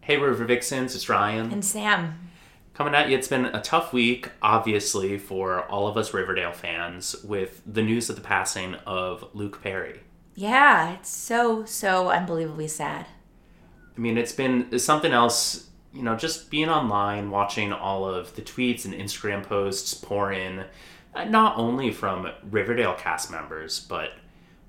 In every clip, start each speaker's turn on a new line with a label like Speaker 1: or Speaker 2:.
Speaker 1: Hey, River Vixens, it's Ryan.
Speaker 2: And Sam.
Speaker 1: Coming at you, it's been a tough week, obviously, for all of us Riverdale fans with the news of the passing of Luke Perry.
Speaker 2: Yeah, it's so, so unbelievably sad.
Speaker 1: I mean, it's been something else, you know, just being online, watching all of the tweets and Instagram posts pour in, uh, not only from Riverdale cast members, but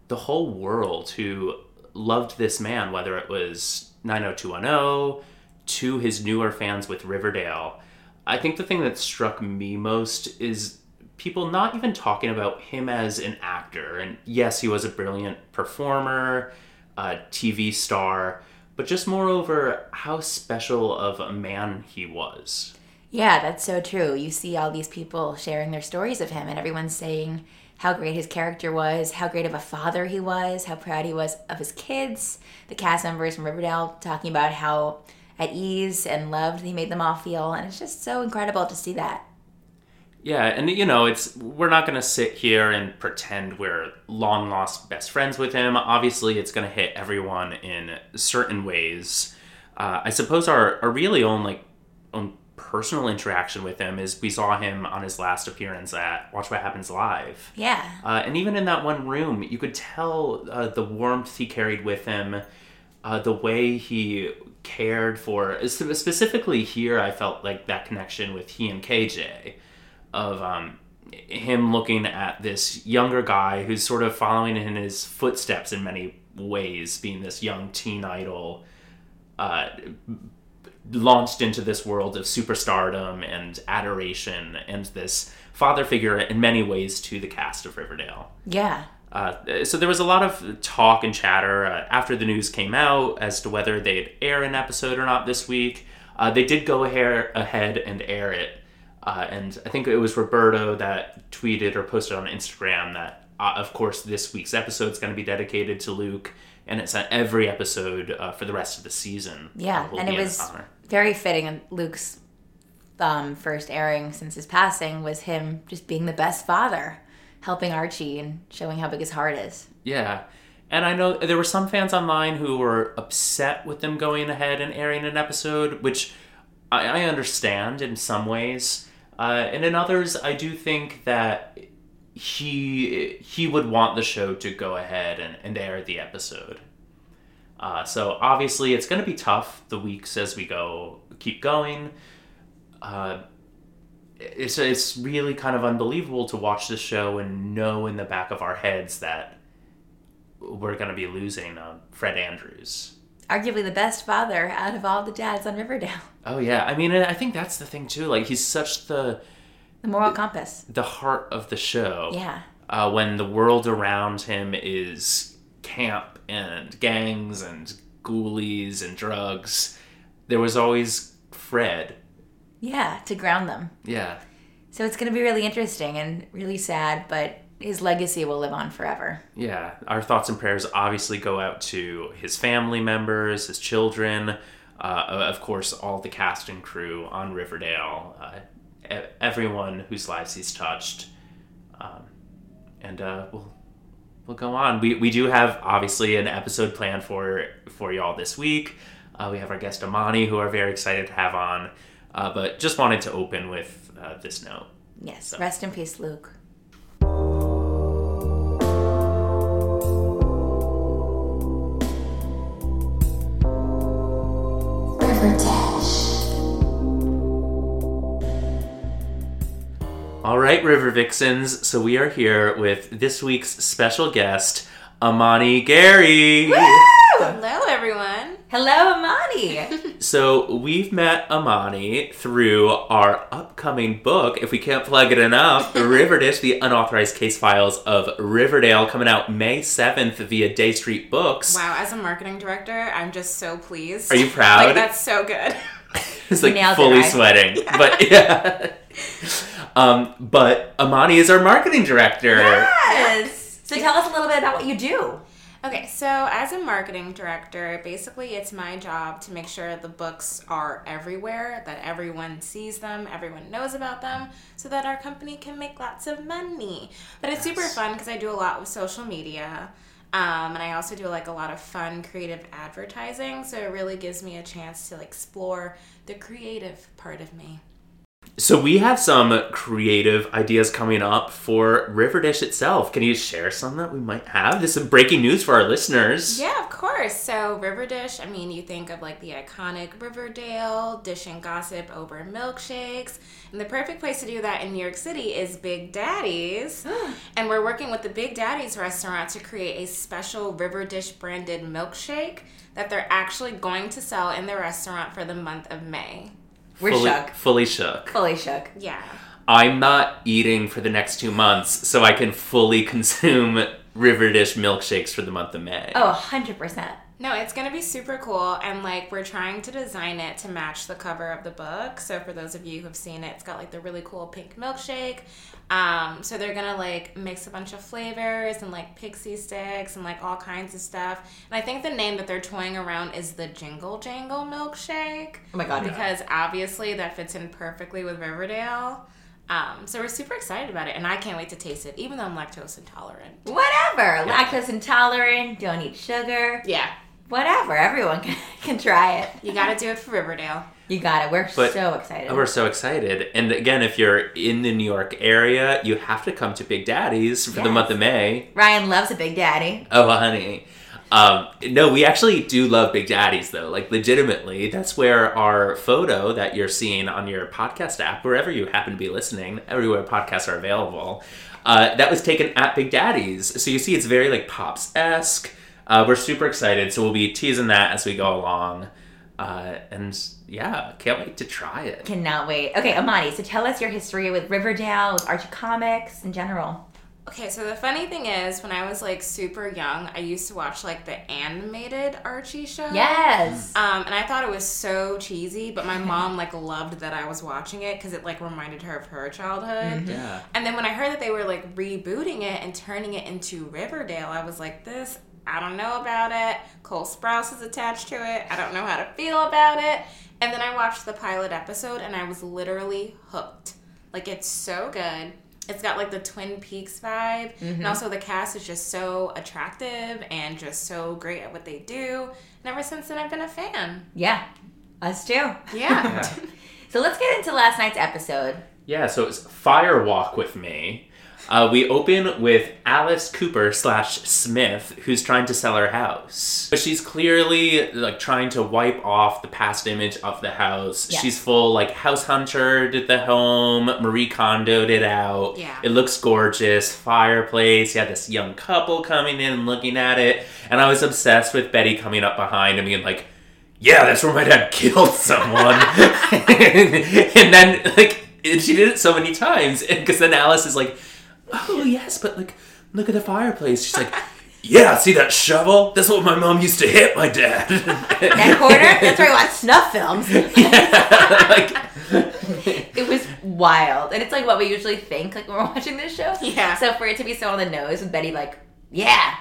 Speaker 1: the whole world who loved this man, whether it was 90210 to his newer fans with Riverdale. I think the thing that struck me most is people not even talking about him as an actor. And yes, he was a brilliant performer, a TV star, but just moreover, how special of a man he was.
Speaker 2: Yeah, that's so true. You see all these people sharing their stories of him, and everyone's saying how great his character was, how great of a father he was, how proud he was of his kids. The cast members from Riverdale talking about how at ease and loved he made them all feel, and it's just so incredible to see that.
Speaker 1: Yeah, and you know, it's we're not going to sit here and pretend we're long lost best friends with him. Obviously, it's going to hit everyone in certain ways. Uh, I suppose our, our really own like own personal interaction with him is we saw him on his last appearance at Watch What Happens Live.
Speaker 2: Yeah.
Speaker 1: Uh, and even in that one room, you could tell uh, the warmth he carried with him, uh, the way he cared for. Specifically here, I felt like that connection with he and KJ, of um, him looking at this younger guy who's sort of following in his footsteps in many ways, being this young teen idol. Uh, launched into this world of superstardom and adoration and this father figure in many ways to the cast of Riverdale.
Speaker 2: Yeah.
Speaker 1: Uh, so there was a lot of talk and chatter uh, after the news came out as to whether they'd air an episode or not this week. Uh, they did go ahead, ahead and air it. Uh, and I think it was Roberto that tweeted or posted on Instagram that, uh, of course, this week's episode is going to be dedicated to Luke, and it's on every episode uh, for the rest of the season.
Speaker 2: Yeah,
Speaker 1: uh, will
Speaker 2: and
Speaker 1: be
Speaker 2: it
Speaker 1: in
Speaker 2: was
Speaker 1: honor.
Speaker 2: very fitting. And Luke's um, first airing since his passing was him just being the best father, helping Archie and showing how big his heart is.
Speaker 1: Yeah. And I know there were some fans online who were upset with them going ahead and airing an episode, which I, I understand in some ways. Uh, and in others, I do think that he he would want the show to go ahead and, and air the episode. Uh, so obviously, it's going to be tough the weeks as we go keep going. Uh, it's it's really kind of unbelievable to watch this show and know in the back of our heads that we're going to be losing uh, Fred Andrews.
Speaker 2: Arguably the best father out of all the dads on Riverdale.
Speaker 1: Oh yeah, I mean, I think that's the thing too. Like he's such the
Speaker 2: The moral compass.
Speaker 1: the heart of the show.
Speaker 2: Yeah.
Speaker 1: Uh, when the world around him is camp and gangs and ghoulies and drugs, there was always Fred.
Speaker 2: Yeah, to ground them.
Speaker 1: Yeah.
Speaker 2: So it's going to be really interesting and really sad, but his legacy will live on forever.
Speaker 1: Yeah, our thoughts and prayers obviously go out to his family members, his children, uh, of course, all the cast and crew on Riverdale, uh, e- everyone whose lives he's touched. Um, and uh, we'll we'll go on. We we do have obviously an episode planned for for y'all this week. Uh, we have our guest Amani, who are very excited to have on. Uh, but just wanted to open with uh, this note.
Speaker 2: Yes. Rest in peace, Luke.
Speaker 3: River Dash.
Speaker 1: All right, River Vixens. So we are here with this week's special guest, Amani Gary.
Speaker 4: Hello, everyone.
Speaker 2: Hello, Amani.
Speaker 1: So we've met Amani through our upcoming book, if we can't plug it enough, Riverdish, the unauthorized case files of Riverdale, coming out May 7th via Day Street Books.
Speaker 4: Wow, as a marketing director, I'm just so pleased.
Speaker 1: Are you proud?
Speaker 4: Like, that's so good.
Speaker 1: It's like
Speaker 2: Nailed it,
Speaker 1: fully
Speaker 2: right?
Speaker 1: sweating. But yeah. Um, but Amani is our marketing director.
Speaker 2: yes. So tell us a little bit about what you do.
Speaker 4: Okay, so as a marketing director, basically it's my job to make sure the books are everywhere, that everyone sees them, everyone knows about them, so that our company can make lots of money. But it's super fun because I do a lot with social media. Um, and I also do like a lot of fun creative advertising, so it really gives me a chance to like, explore the creative part of me.
Speaker 1: So we have some creative ideas coming up for River Dish itself. Can you share some that we might have? This is breaking news for our listeners.
Speaker 4: Yeah, of course. So River Dish, I mean, you think of like the iconic Riverdale, dishing gossip over milkshakes. And the perfect place to do that in New York City is Big Daddy's. and we're working with the Big Daddy's restaurant to create a special River Dish branded milkshake that they're actually going to sell in the restaurant for the month of May.
Speaker 2: We're
Speaker 1: fully,
Speaker 2: shook.
Speaker 1: Fully shook.
Speaker 2: Fully shook.
Speaker 4: Yeah.
Speaker 1: I'm not eating for the next two months, so I can fully consume River Dish milkshakes for the month of May.
Speaker 2: Oh, 100%.
Speaker 4: No, it's going to be super cool. And like, we're trying to design it to match the cover of the book. So, for those of you who've seen it, it's got like the really cool pink milkshake. Um, so, they're going to like mix a bunch of flavors and like pixie sticks and like all kinds of stuff. And I think the name that they're toying around is the Jingle Jangle Milkshake
Speaker 2: Oh my god.
Speaker 4: because obviously that fits in perfectly with Riverdale. Um, so, we're super excited about it. And I can't wait to taste it, even though I'm lactose intolerant.
Speaker 2: Whatever. Lactose intolerant, don't eat sugar.
Speaker 4: Yeah,
Speaker 2: Whatever. Everyone can, can try it.
Speaker 4: you got to do it for Riverdale.
Speaker 2: You got it. We're
Speaker 1: But-
Speaker 2: so excited.
Speaker 1: Oh, We're so excited. And again, if you're in the New York area, you have to come to Big Daddy's for the
Speaker 2: Yes.
Speaker 1: month of May.
Speaker 2: Ryan loves a big daddy.
Speaker 1: Oh, honey. Um, no, we actually do love Big Daddies, though. Like, legitimately, that's where our photo that you're seeing on your podcast app, wherever you happen to be listening, everywhere podcasts are available, uh, that was taken at Big Daddies. So you see, it's very like pops esque. Uh, we're super excited, so we'll be teasing that as we go along. Uh, and yeah, can't wait to try it.
Speaker 2: Cannot wait. Okay, Amadi, so tell us your history with Riverdale, with Archie Comics in general.
Speaker 4: Okay, so the funny thing is, when I was like super young, I used to watch like the animated Archie show.
Speaker 2: Yes.
Speaker 4: Um, and I thought it was so cheesy, but my mom like loved that I was watching it because it like reminded her of her childhood.
Speaker 1: Yeah.
Speaker 4: And then when I heard that they were like rebooting it and turning it into Riverdale, I was like, this, I don't know about it. Cole Sprouse is attached to it. I don't know how to feel about it. And then I watched the pilot episode and I was literally hooked. Like, it's so good. It's got like the Twin Peaks vibe. And also, the cast is just so attractive and just so great at what they do. And ever since then, I've been a fan.
Speaker 2: Yeah. Us too.
Speaker 4: Yeah.
Speaker 2: So let's get into last night's episode.
Speaker 1: Yeah, so it's Fire Walk with Me. Uh, we open with Alice Cooper slash Smith, who's trying to sell her house. But she's clearly like trying to wipe off the past image of the house.
Speaker 2: Yeah.
Speaker 1: She's full like house hunter did the home, Marie Kondo did out.
Speaker 4: Yeah.
Speaker 1: It looks gorgeous. Fireplace. You had this young couple coming in and looking at it. And I was obsessed with Betty coming up behind and being like, yeah, that's where my dad killed someone. and then, like, and she did it so many times. Because then Alice is like, oh, yes, but, like, look at the fireplace. She's like, yeah, see that shovel? That's what my mom used to hit my dad.
Speaker 2: That corner, that's where we watch snuff films.
Speaker 1: Yeah, like,
Speaker 2: It was wild. And it's like what we usually think like when we're watching this show.
Speaker 4: Yeah.
Speaker 2: So for it to be so on the nose with Betty like, yeah.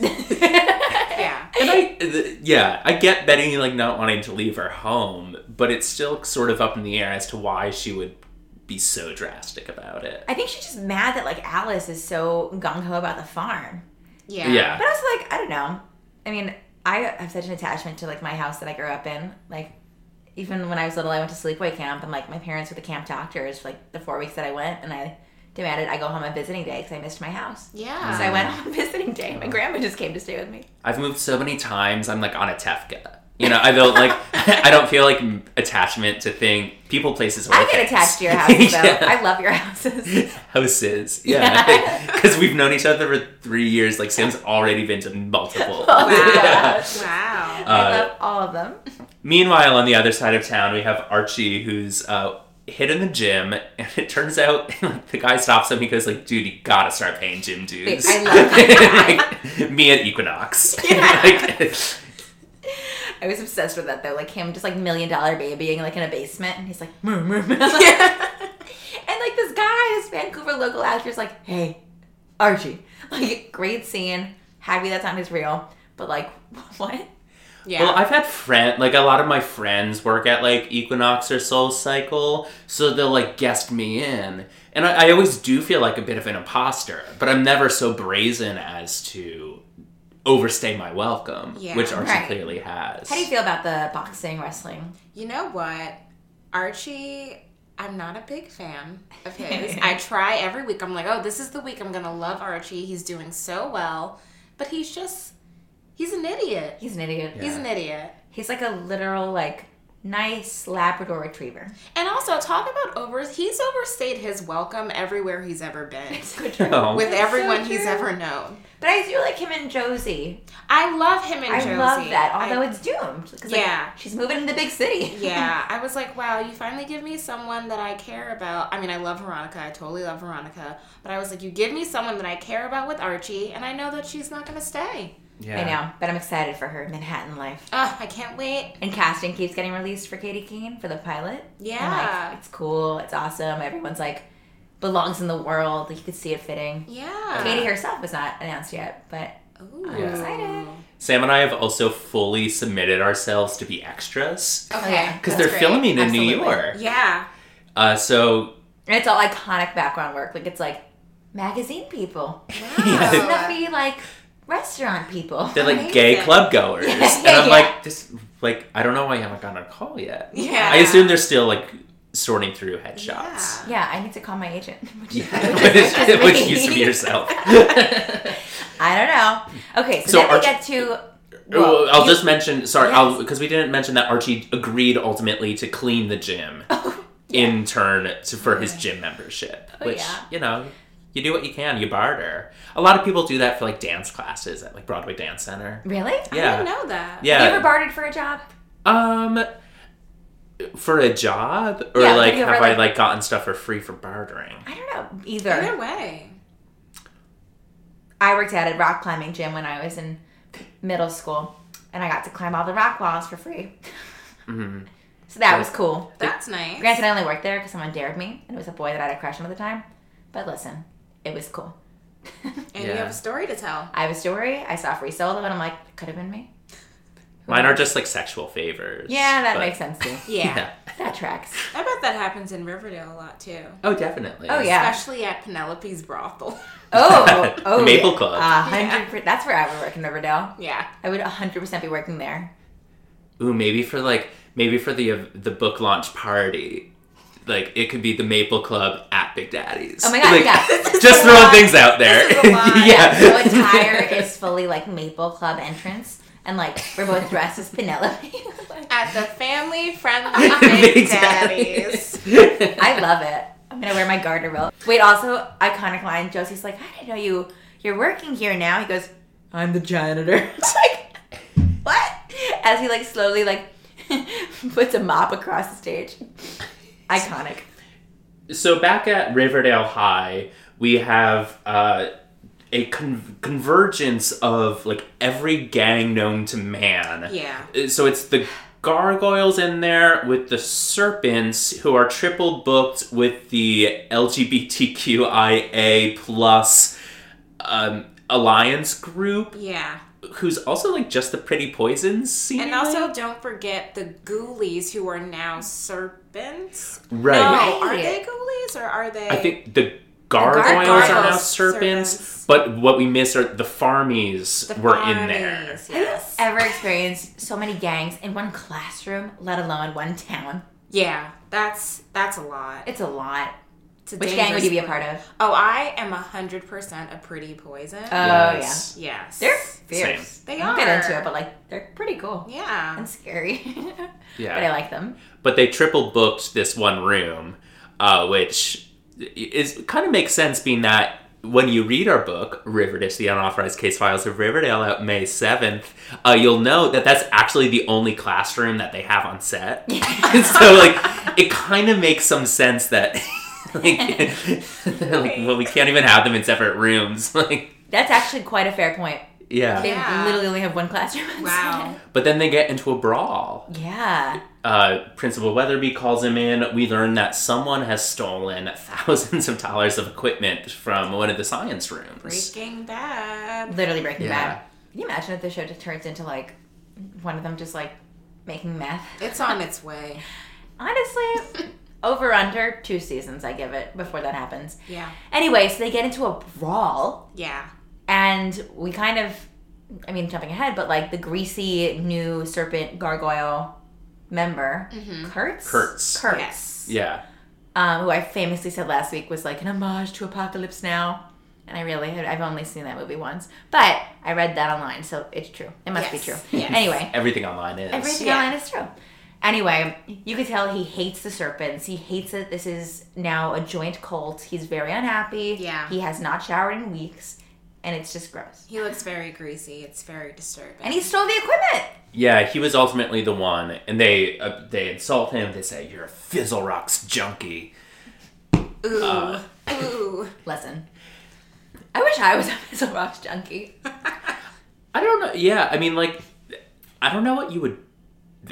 Speaker 4: yeah.
Speaker 1: and I, th- yeah, I get Betty, like, not wanting to leave her home, but it's still sort of up in the air as to why she would be so drastic about it.
Speaker 2: I think she's just mad that like Alice is so gung ho about the farm.
Speaker 4: Yeah.
Speaker 1: Yeah.
Speaker 2: But also like, I don't know. I mean, I have such an attachment to like my house that I grew up in. Like even when I was little I went to sleepaway camp and like my parents were the camp doctors for like the four weeks that I went and I demanded I go home on visiting day because I missed my house.
Speaker 4: Yeah.
Speaker 2: So I went on visiting day. My grandma just came to stay with me.
Speaker 1: I've moved so many times. I'm like on a Tefka. You know, I don't like. I don't feel like attachment to thing, people, places, or
Speaker 2: I get
Speaker 1: things.
Speaker 2: attached to your houses though.
Speaker 1: Yeah.
Speaker 2: I love your houses.
Speaker 1: Houses, yeah, because we've known each other for three years. Like Sam's already been to multiple.
Speaker 2: Wow.
Speaker 1: Yeah.
Speaker 4: Wow.
Speaker 2: I
Speaker 1: Uh,
Speaker 2: love all of them.
Speaker 1: Meanwhile, on the other side of town, we have Archie, who's uh, hit in the gym, and it turns out like, the guy stops him. He goes like, "Dude, you gotta start paying gym dues."
Speaker 2: I love
Speaker 1: like, me at Equinox.
Speaker 2: Yeah.
Speaker 1: Like,
Speaker 2: I was obsessed with that though, like him just like million dollar babying like in a basement, and he's like, moo, moo, moo. and like this guy, this Vancouver local actor, is like, hey, Archie, like great scene. Happy that sound is real, but like, what?
Speaker 4: yeah.
Speaker 1: Well, I've had friend like a lot of my friends work at like Equinox or Soul Cycle, so they'll like guest me in, and I, I always do feel like a bit of an imposter, but I'm never so brazen as to overstay my welcome,
Speaker 4: Yeah.
Speaker 1: which Archie
Speaker 2: Right.
Speaker 1: clearly has.
Speaker 2: How do you feel about the boxing wrestling?
Speaker 4: You know what? Archie, I'm not a big fan of his. I try every week. I'm like, oh, this is the week I'm going to love Archie. He's doing so well. But he's just, he's an idiot.
Speaker 2: He's an idiot.
Speaker 1: Yeah.
Speaker 4: He's an idiot.
Speaker 2: He's like a literal like nice Labrador Retriever.
Speaker 4: And also, talk about over, he's overstayed his welcome everywhere he's ever been
Speaker 1: Oh.
Speaker 4: with
Speaker 2: That's so
Speaker 4: everyone he's
Speaker 2: true.
Speaker 4: ever known.
Speaker 2: But I do like him and Josie.
Speaker 4: I love him and
Speaker 2: I
Speaker 4: Josie.
Speaker 2: love that,
Speaker 4: I-
Speaker 2: although it's doomed. 'Cause, like,
Speaker 4: Yeah.
Speaker 2: she's moving to the big city.
Speaker 4: yeah, I was like, wow, you finally give me someone that I care about. I mean, I love Veronica. I totally love Veronica. But I was like, you give me someone that I care about with Archie, and I know that she's not going to stay.
Speaker 1: Yeah.
Speaker 2: I know, but I'm excited for her Manhattan life.
Speaker 4: Ugh, I can't wait.
Speaker 2: And casting keeps getting released for Katie Keene for the pilot. I'm
Speaker 4: Yeah.
Speaker 2: like, it's cool. It's awesome. Everyone's like, belongs in the world. Like, you could see it fitting.
Speaker 4: Yeah.
Speaker 2: Katie herself was not announced yet, but
Speaker 4: Ooh.
Speaker 1: I'm
Speaker 2: excited.
Speaker 1: Sam and I have also fully submitted ourselves to be extras
Speaker 4: Okay.
Speaker 2: Yeah.
Speaker 1: because
Speaker 4: that's
Speaker 1: they're
Speaker 4: great.
Speaker 1: filming in
Speaker 2: Absolutely.
Speaker 1: New York.
Speaker 4: Yeah.
Speaker 1: Uh, so
Speaker 2: and it's all iconic background work. Like it's like magazine people,
Speaker 1: Yeah.
Speaker 2: snuffy like restaurant people.
Speaker 1: they're like
Speaker 4: Amazing.
Speaker 1: gay club goers,
Speaker 2: Yeah,
Speaker 1: and
Speaker 2: yeah,
Speaker 1: I'm
Speaker 2: yeah.
Speaker 1: like, this, like I don't know why I haven't gotten a call yet.
Speaker 4: Yeah.
Speaker 1: I assume they're still like sorting through headshots.
Speaker 4: Yeah.
Speaker 2: yeah, I need to call my agent. Which,
Speaker 1: Yeah.
Speaker 2: which is
Speaker 1: which,
Speaker 2: me.
Speaker 1: used to be yourself.
Speaker 2: I don't know. Okay, so,
Speaker 1: So
Speaker 2: then we
Speaker 1: Arch-
Speaker 2: get to.
Speaker 1: Well, I'll
Speaker 2: you-
Speaker 1: just mention. Sorry, I'll
Speaker 2: Yes.
Speaker 1: because we didn't mention that Archie agreed ultimately to clean the gym in turn to, for his gym membership,
Speaker 2: Oh,
Speaker 1: which
Speaker 2: yeah.
Speaker 1: you know you do what you can. You barter. A lot of people do that for like dance classes at like Broadway Dance Center.
Speaker 2: Really?
Speaker 4: I didn't
Speaker 1: Yeah,
Speaker 4: know that.
Speaker 2: Have
Speaker 1: yeah.
Speaker 2: you ever bartered for a job?
Speaker 1: um, for a job or
Speaker 2: Yeah,
Speaker 1: like
Speaker 2: have you
Speaker 1: have
Speaker 2: ever,
Speaker 1: I
Speaker 2: like-
Speaker 1: like gotten stuff for free for bartering?
Speaker 2: I don't know either.
Speaker 4: Either way.
Speaker 2: I worked at a rock climbing gym when I was in middle school, and I got to climb all the rock walls for free.
Speaker 1: Mhm.
Speaker 2: So that was cool.
Speaker 4: That's nice.
Speaker 2: Granted, I only worked there because someone dared me, and it was a boy that I had a crush on at the time. But listen, it was cool.
Speaker 4: And
Speaker 1: Yeah.
Speaker 4: you have a story to tell.
Speaker 2: I have a story. I saw free solo, and I'm like, could have been me.
Speaker 1: Mine are just like sexual favors.
Speaker 2: Yeah, that
Speaker 1: but-
Speaker 2: makes sense too.
Speaker 4: Yeah.
Speaker 2: That tracks.
Speaker 4: I bet that happens in Riverdale a lot too.
Speaker 1: Oh, definitely.
Speaker 2: Oh, yeah.
Speaker 4: Especially at Penelope's brothel.
Speaker 2: Oh, oh,
Speaker 1: Maple
Speaker 2: yeah.
Speaker 1: Club.
Speaker 2: A hundred. per- That's where I would work in Riverdale.
Speaker 4: yeah.
Speaker 2: I would 100% be working there.
Speaker 1: Ooh, maybe for like maybe for the uh, the book launch party, like it could be the Maple Club at Big Daddy's.
Speaker 2: Oh my God,
Speaker 1: Like,
Speaker 2: yeah.
Speaker 1: Just throwing things out there.
Speaker 4: This is a lot.
Speaker 1: yeah.
Speaker 2: So attire is fully like Maple Club entrance, and like we're both dressed as Penelope.
Speaker 4: At the family friendly Big Daddies.
Speaker 2: I love it. I'm gonna wear my garter Wait, also iconic line. Josie's like, I didn't know you. You're working here now. He goes, I'm the janitor. It's like, what? As he like slowly like puts a mop across the stage. Iconic.
Speaker 1: So back at Riverdale High, we have uh, a con- convergence of like every gang known to man. Uh,
Speaker 4: Yeah.
Speaker 1: So it's the gargoyles in there with the serpents who are triple booked with the LGBTQIA plus um, alliance group,
Speaker 4: Yeah.
Speaker 1: who's also like just the Pretty Poisons scene.
Speaker 4: And also, don't forget the ghoulies who are now serpents.
Speaker 1: right?
Speaker 4: No, are
Speaker 2: Right.
Speaker 4: they ghoulies or are they?
Speaker 1: I think the gargoyles, are now
Speaker 4: gargoyles,
Speaker 1: serpents,
Speaker 4: serpents.
Speaker 1: but what we miss are the farmies
Speaker 4: the
Speaker 1: were in there.
Speaker 4: Barneys, Yes.
Speaker 2: Ever experienced so many gangs in one classroom, let alone one town?
Speaker 4: Yeah, that's that's a lot.
Speaker 2: It's a lot.
Speaker 4: It's a
Speaker 2: Which gang would you be a
Speaker 4: dangerous-
Speaker 2: part of?
Speaker 4: Oh, I am hundred percent a pretty poison.
Speaker 2: Oh
Speaker 1: Yes.
Speaker 4: yes,
Speaker 2: yeah, they're fierce.
Speaker 1: Same.
Speaker 4: They
Speaker 2: I don't get
Speaker 4: are.
Speaker 2: into it, but like they're pretty cool
Speaker 4: yeah.
Speaker 2: and scary.
Speaker 1: Yeah.
Speaker 2: but I like them.
Speaker 1: but they triple booked this one room, uh, which is kind of makes sense being that when you read our book, Riverdale, the unauthorized case files of Riverdale, out May seventh, uh, you'll know that that's actually the only classroom that they have on set. so like, it kind of makes some sense that. like, they're like, well, we can't even have them in separate rooms. Like,
Speaker 2: That's actually quite a fair point. They
Speaker 1: yeah.
Speaker 4: Yeah.
Speaker 2: literally only have one classroom. on
Speaker 4: Wow.
Speaker 1: But then they get into a brawl.
Speaker 2: set. Yeah.
Speaker 1: uh, Principal Weatherby calls him in. We learn that someone has stolen thousands of dollars of equipment from one of the science rooms.
Speaker 4: Breaking Bad.
Speaker 2: Literally breaking
Speaker 1: Yeah.
Speaker 2: bad. Can you imagine if the show just turns into like one of them just like making meth?
Speaker 4: It's on its way.
Speaker 2: Honestly, over under two seasons, I give it before that happens.
Speaker 4: Yeah,
Speaker 2: Anyway, so they get into a brawl
Speaker 4: yeah,
Speaker 2: and we kind of I mean, jumping ahead, but like the greasy new serpent gargoyle member, Kurtz.
Speaker 1: Kurtz.
Speaker 2: Kurtz.
Speaker 4: Mm-hmm. Yes.
Speaker 1: Yeah.
Speaker 2: Um, who I famously said last week was like an homage to Apocalypse Now. And I really, I've only seen that movie once, but I read that online, so it's true. It must
Speaker 4: Yes.
Speaker 2: be true.
Speaker 4: Yes.
Speaker 2: Anyway,
Speaker 1: Everything online is.
Speaker 2: Everything
Speaker 4: Yeah.
Speaker 2: online is true. Anyway, you could tell he hates the serpents. He hates that this is now a joint cult. He's very unhappy.
Speaker 4: Yeah.
Speaker 2: He has not showered in weeks, and it's just gross.
Speaker 4: He looks very greasy. It's very disturbing.
Speaker 2: And he stole the equipment.
Speaker 1: Yeah, he was ultimately the one, and they uh, they insult him. They say you're a Fizzle Rocks junkie.
Speaker 4: ooh, ooh.
Speaker 2: Listen, I wish I was a Missile Rocks junkie.
Speaker 1: I don't know. Yeah, I mean, like, I don't know what you would.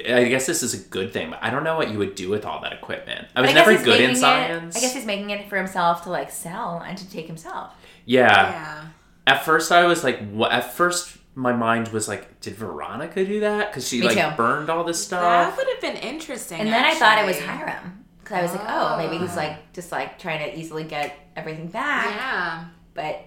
Speaker 1: I guess this is a good thing, but I don't know what you would do with all that equipment. I was
Speaker 2: But guess
Speaker 1: never
Speaker 2: he's
Speaker 1: good
Speaker 2: making
Speaker 1: in science.
Speaker 2: It, I guess he's making it for himself to like sell and to take himself.
Speaker 1: yeah.
Speaker 4: Yeah.
Speaker 1: At first, I was like, what? At first, my mind was like, did Veronica do that? Because she
Speaker 2: Me
Speaker 1: like
Speaker 2: too.
Speaker 1: burned all this
Speaker 4: That
Speaker 1: stuff.
Speaker 4: would have been interesting.
Speaker 2: And then I thought it was
Speaker 4: actually.
Speaker 2: Hiram. Because I was like, oh, maybe he's like just like trying to easily get everything back.
Speaker 4: Yeah.
Speaker 2: But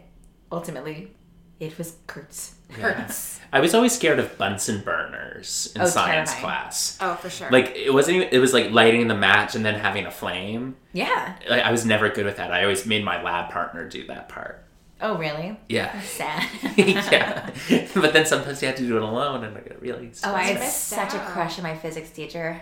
Speaker 2: ultimately, it was Kurtz.
Speaker 4: Hurts.
Speaker 1: I was always scared of Bunsen burners in
Speaker 2: Oh,
Speaker 1: science
Speaker 2: terrifying.
Speaker 1: class.
Speaker 4: Oh, for sure.
Speaker 1: Like it wasn't. Even, it was like lighting the match and then having a flame.
Speaker 2: Yeah.
Speaker 1: I, I was never good with that. I always made my lab partner do that part.
Speaker 2: Oh, really?
Speaker 1: Yeah.
Speaker 2: Sad.
Speaker 1: yeah. But then sometimes you have to do it alone and I get really
Speaker 2: Oh, I had
Speaker 4: That's
Speaker 2: such a
Speaker 4: sad.
Speaker 2: crush on my physics teacher.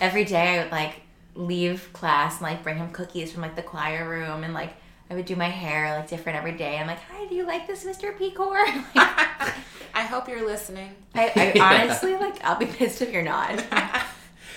Speaker 2: Every day I would like leave class and like bring him cookies from like the choir room and like I would do my hair like different every day. I'm like, hi, do you like this, Mr. Pecor? Like,
Speaker 4: I hope you're listening.
Speaker 2: I, I
Speaker 1: Yeah.
Speaker 2: honestly like I'll be pissed if you're not.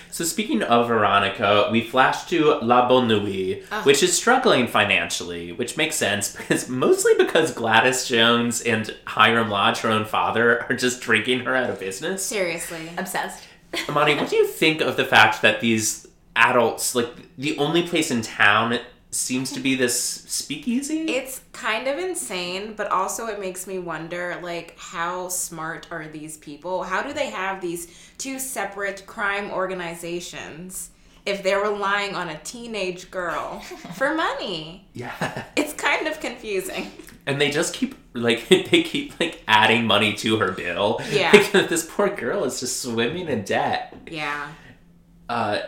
Speaker 1: So speaking of Veronica, we flash to La Bonne Nuit, which is struggling financially, which makes sense because mostly because Gladys Jones and Hiram Lodge, her own father, are just drinking her out of business.
Speaker 4: Seriously.
Speaker 2: Obsessed.
Speaker 1: Amani, what do you think of the fact that these adults, like the only place in town, seems to be this speakeasy?
Speaker 4: It's kind of insane, but also it makes me wonder like how smart are these people? How do they have these two separate crime organizations if they're relying on a teenage girl for money?
Speaker 1: yeah.
Speaker 4: It's kind of confusing.
Speaker 1: and they just keep like they keep like adding money to her bill.
Speaker 4: Yeah.
Speaker 1: Like, this poor girl is just swimming in debt.
Speaker 4: Yeah.
Speaker 1: Uh,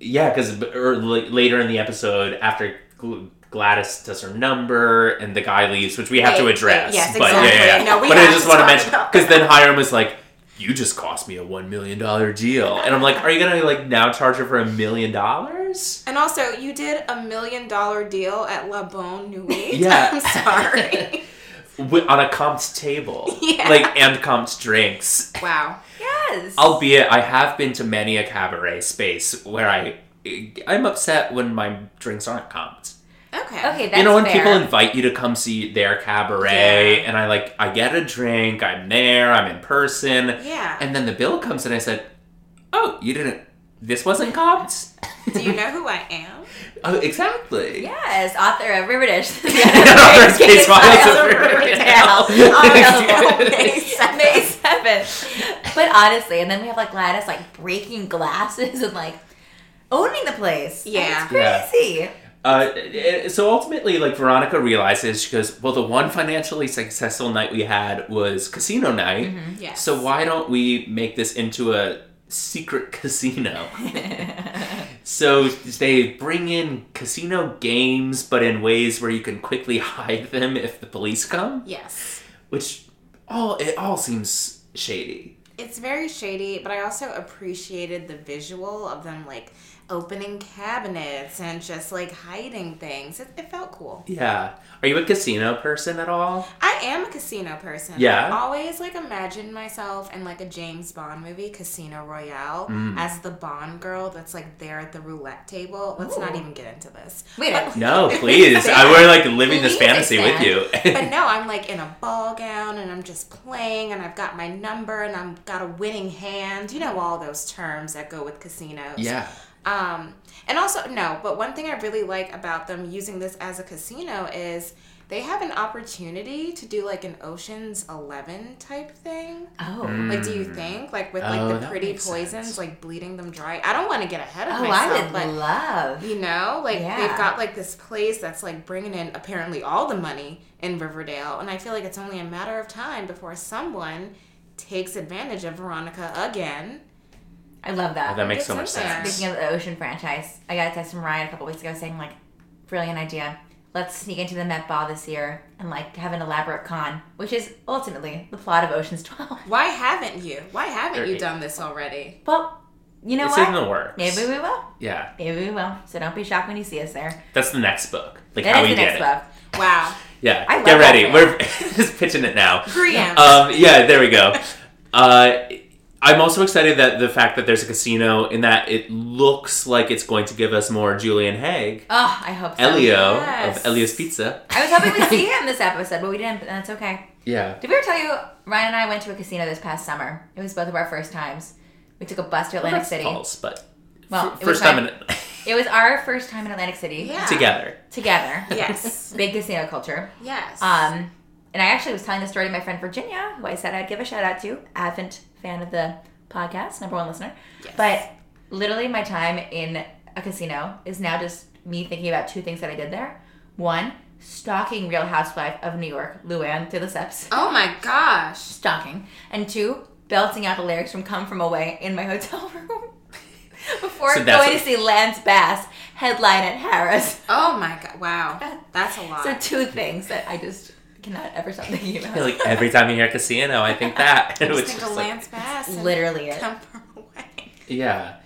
Speaker 1: yeah, because or l- later in the episode, after Gl- Gladys does her number and the guy leaves, which we have to
Speaker 4: Wait,
Speaker 1: address.
Speaker 4: wait, yes,
Speaker 1: but yeah,
Speaker 4: exactly.
Speaker 1: yeah, yeah.
Speaker 4: No, we
Speaker 1: but I
Speaker 4: have
Speaker 1: just
Speaker 4: to
Speaker 1: want to
Speaker 4: talk
Speaker 1: mention
Speaker 4: about
Speaker 1: because then Hiram was like. You just cost me a one million dollar deal, and I'm like, are you gonna like now charge her for a million dollars?
Speaker 4: And also, you did a million dollar deal at La Bonne Nuit.
Speaker 1: Yeah.
Speaker 4: I'm sorry.
Speaker 1: Wi- on a comped table,
Speaker 4: Yeah.
Speaker 1: like and comped drinks,
Speaker 4: wow.
Speaker 2: Yes.
Speaker 1: Albeit, I have been to many a cabaret space where I, I'm upset when my drinks aren't comped.
Speaker 4: Okay.
Speaker 2: okay, that's
Speaker 1: you know when
Speaker 2: fair.
Speaker 1: people invite you to come see their cabaret,
Speaker 4: Yeah.
Speaker 1: and I like, I get a drink, I'm there, I'm in person,
Speaker 4: Yeah.
Speaker 1: and then the bill comes, and I said, "Oh, you didn't. This wasn't comped."
Speaker 4: Do you know who I am?
Speaker 1: oh, exactly.
Speaker 2: Yes, author of River Dish.
Speaker 1: Author's Case Files of Riverdale.
Speaker 2: Riverdale.
Speaker 1: Yes.
Speaker 2: Available May 7th. May 7th. But honestly, and then we have like Gladys like breaking glasses and like owning the place. Like,
Speaker 4: Yeah.
Speaker 1: Yeah.
Speaker 2: It's crazy.
Speaker 1: Uh, eh, so ultimately, like Veronica realizes, she goes, "Well, the one financially successful night we had was casino night."
Speaker 4: Yes.
Speaker 1: So why don't we make this into a secret casino? so they bring in casino games, but in ways where you can quickly hide them if the police come.
Speaker 4: Yes.
Speaker 1: Which all it all seems shady.
Speaker 4: It's very shady, but I also appreciated the visual of them like opening cabinets and just like hiding things. It, it felt cool.
Speaker 1: Yeah. Are you a casino person at all?
Speaker 4: I am a casino person.
Speaker 1: Yeah?
Speaker 4: I always like imagine myself in like a James Bond movie, Casino Royale,
Speaker 1: Mm.
Speaker 4: as the Bond girl that's like there at the roulette table. Let's not
Speaker 2: Ooh.
Speaker 4: even get into this.
Speaker 2: Wait,
Speaker 4: But-
Speaker 1: No, please. I we're like living this
Speaker 2: Please, it's
Speaker 1: fantasy with
Speaker 2: sad.
Speaker 1: you.
Speaker 4: But no, I'm like in a ball gown and I'm just playing and I've got my number and I've got a winning hand. You know all those terms that go with casinos.
Speaker 1: yeah.
Speaker 4: Um, and also, no, but one thing I really like about them using this as a casino is they have an opportunity to do like an Ocean's Eleven type thing.
Speaker 2: Oh.
Speaker 1: Mm.
Speaker 4: Like, do you think like with like
Speaker 1: Oh,
Speaker 4: the
Speaker 1: that
Speaker 4: pretty
Speaker 1: makes
Speaker 4: poisons,
Speaker 1: sense.
Speaker 4: like bleeding them dry? I don't want to get ahead of
Speaker 2: Oh,
Speaker 4: myself.
Speaker 2: I would
Speaker 4: like,
Speaker 2: love.
Speaker 4: you know, like
Speaker 2: Yeah.
Speaker 4: they've got like this place that's like bringing in apparently all the money in Riverdale, and I feel like it's only a matter of time before someone takes advantage of Veronica again.
Speaker 2: I love
Speaker 1: Oh,
Speaker 2: that.
Speaker 1: that makes
Speaker 4: It's
Speaker 1: so much
Speaker 4: in there.
Speaker 1: sense.
Speaker 2: Um, Speaking of the Ocean franchise, I got a text from Ryan a couple weeks ago saying like, brilliant idea. Let's sneak into the Met Ball this year and like have an elaborate con, which is ultimately the plot of Ocean's Twelve.
Speaker 4: Why haven't you? Why haven't you
Speaker 1: Right.
Speaker 4: done this already?
Speaker 2: Well, you know
Speaker 1: it's
Speaker 2: what?
Speaker 1: in the works.
Speaker 2: Maybe we will.
Speaker 1: Yeah,
Speaker 2: Maybe we will. So don't be shocked when you see us there.
Speaker 1: that's the next book. Like
Speaker 2: That
Speaker 1: how
Speaker 2: is
Speaker 1: we
Speaker 2: the next
Speaker 1: get it.
Speaker 2: book.
Speaker 4: Wow.
Speaker 1: Yeah,
Speaker 2: I love
Speaker 1: get
Speaker 2: that
Speaker 1: ready.
Speaker 2: book.
Speaker 1: We're just pitching it now.
Speaker 4: Preempt.
Speaker 1: Um, yeah, there we go. Uh, I'm also excited that the fact that there's a casino and that it looks like it's going to give us more Julian Haig,
Speaker 2: Oh, I hope so.
Speaker 1: Elio
Speaker 4: yes.
Speaker 1: of Elio's Pizza.
Speaker 2: I was hoping we'd see him this episode, but we didn't. But that's okay.
Speaker 1: Yeah.
Speaker 2: Did we ever tell you Ryan and I went to a casino this past summer? It was both of our first times. We took a bus to Atlantic
Speaker 1: That's
Speaker 2: City.
Speaker 1: false, but
Speaker 2: Well,
Speaker 1: f-
Speaker 2: it was
Speaker 1: first time
Speaker 2: my-
Speaker 1: in,
Speaker 2: It was our first time in Atlantic City
Speaker 4: Yeah.
Speaker 1: together.
Speaker 2: together.
Speaker 4: Yes.
Speaker 2: Big casino culture.
Speaker 4: yes.
Speaker 2: Um, and I actually was telling the story to my friend Virginia, who I said I'd give a shout out to, avid fan of the podcast, number one listener.
Speaker 4: Yes.
Speaker 2: But literally, my time in a casino is now just me thinking about two things that I did there. One, stalking Real Housewife of New York, Luann, through the steps.
Speaker 4: oh my gosh.
Speaker 2: Stalking. And two, belting out the lyrics from Come From Away in my hotel room. Before
Speaker 1: So that's
Speaker 2: going
Speaker 1: what-
Speaker 2: to see Lance Bass headline at Harris.
Speaker 4: Oh my god. Wow. That's a lot.
Speaker 2: So two things that I just cannot ever stop thinking about.
Speaker 1: I feel like every time you hear casino, I think that. It was
Speaker 4: just think
Speaker 1: just
Speaker 4: of
Speaker 1: like- Mm.
Speaker 4: Lance Bass. and
Speaker 2: literally it.
Speaker 4: Come from away.
Speaker 1: Yeah.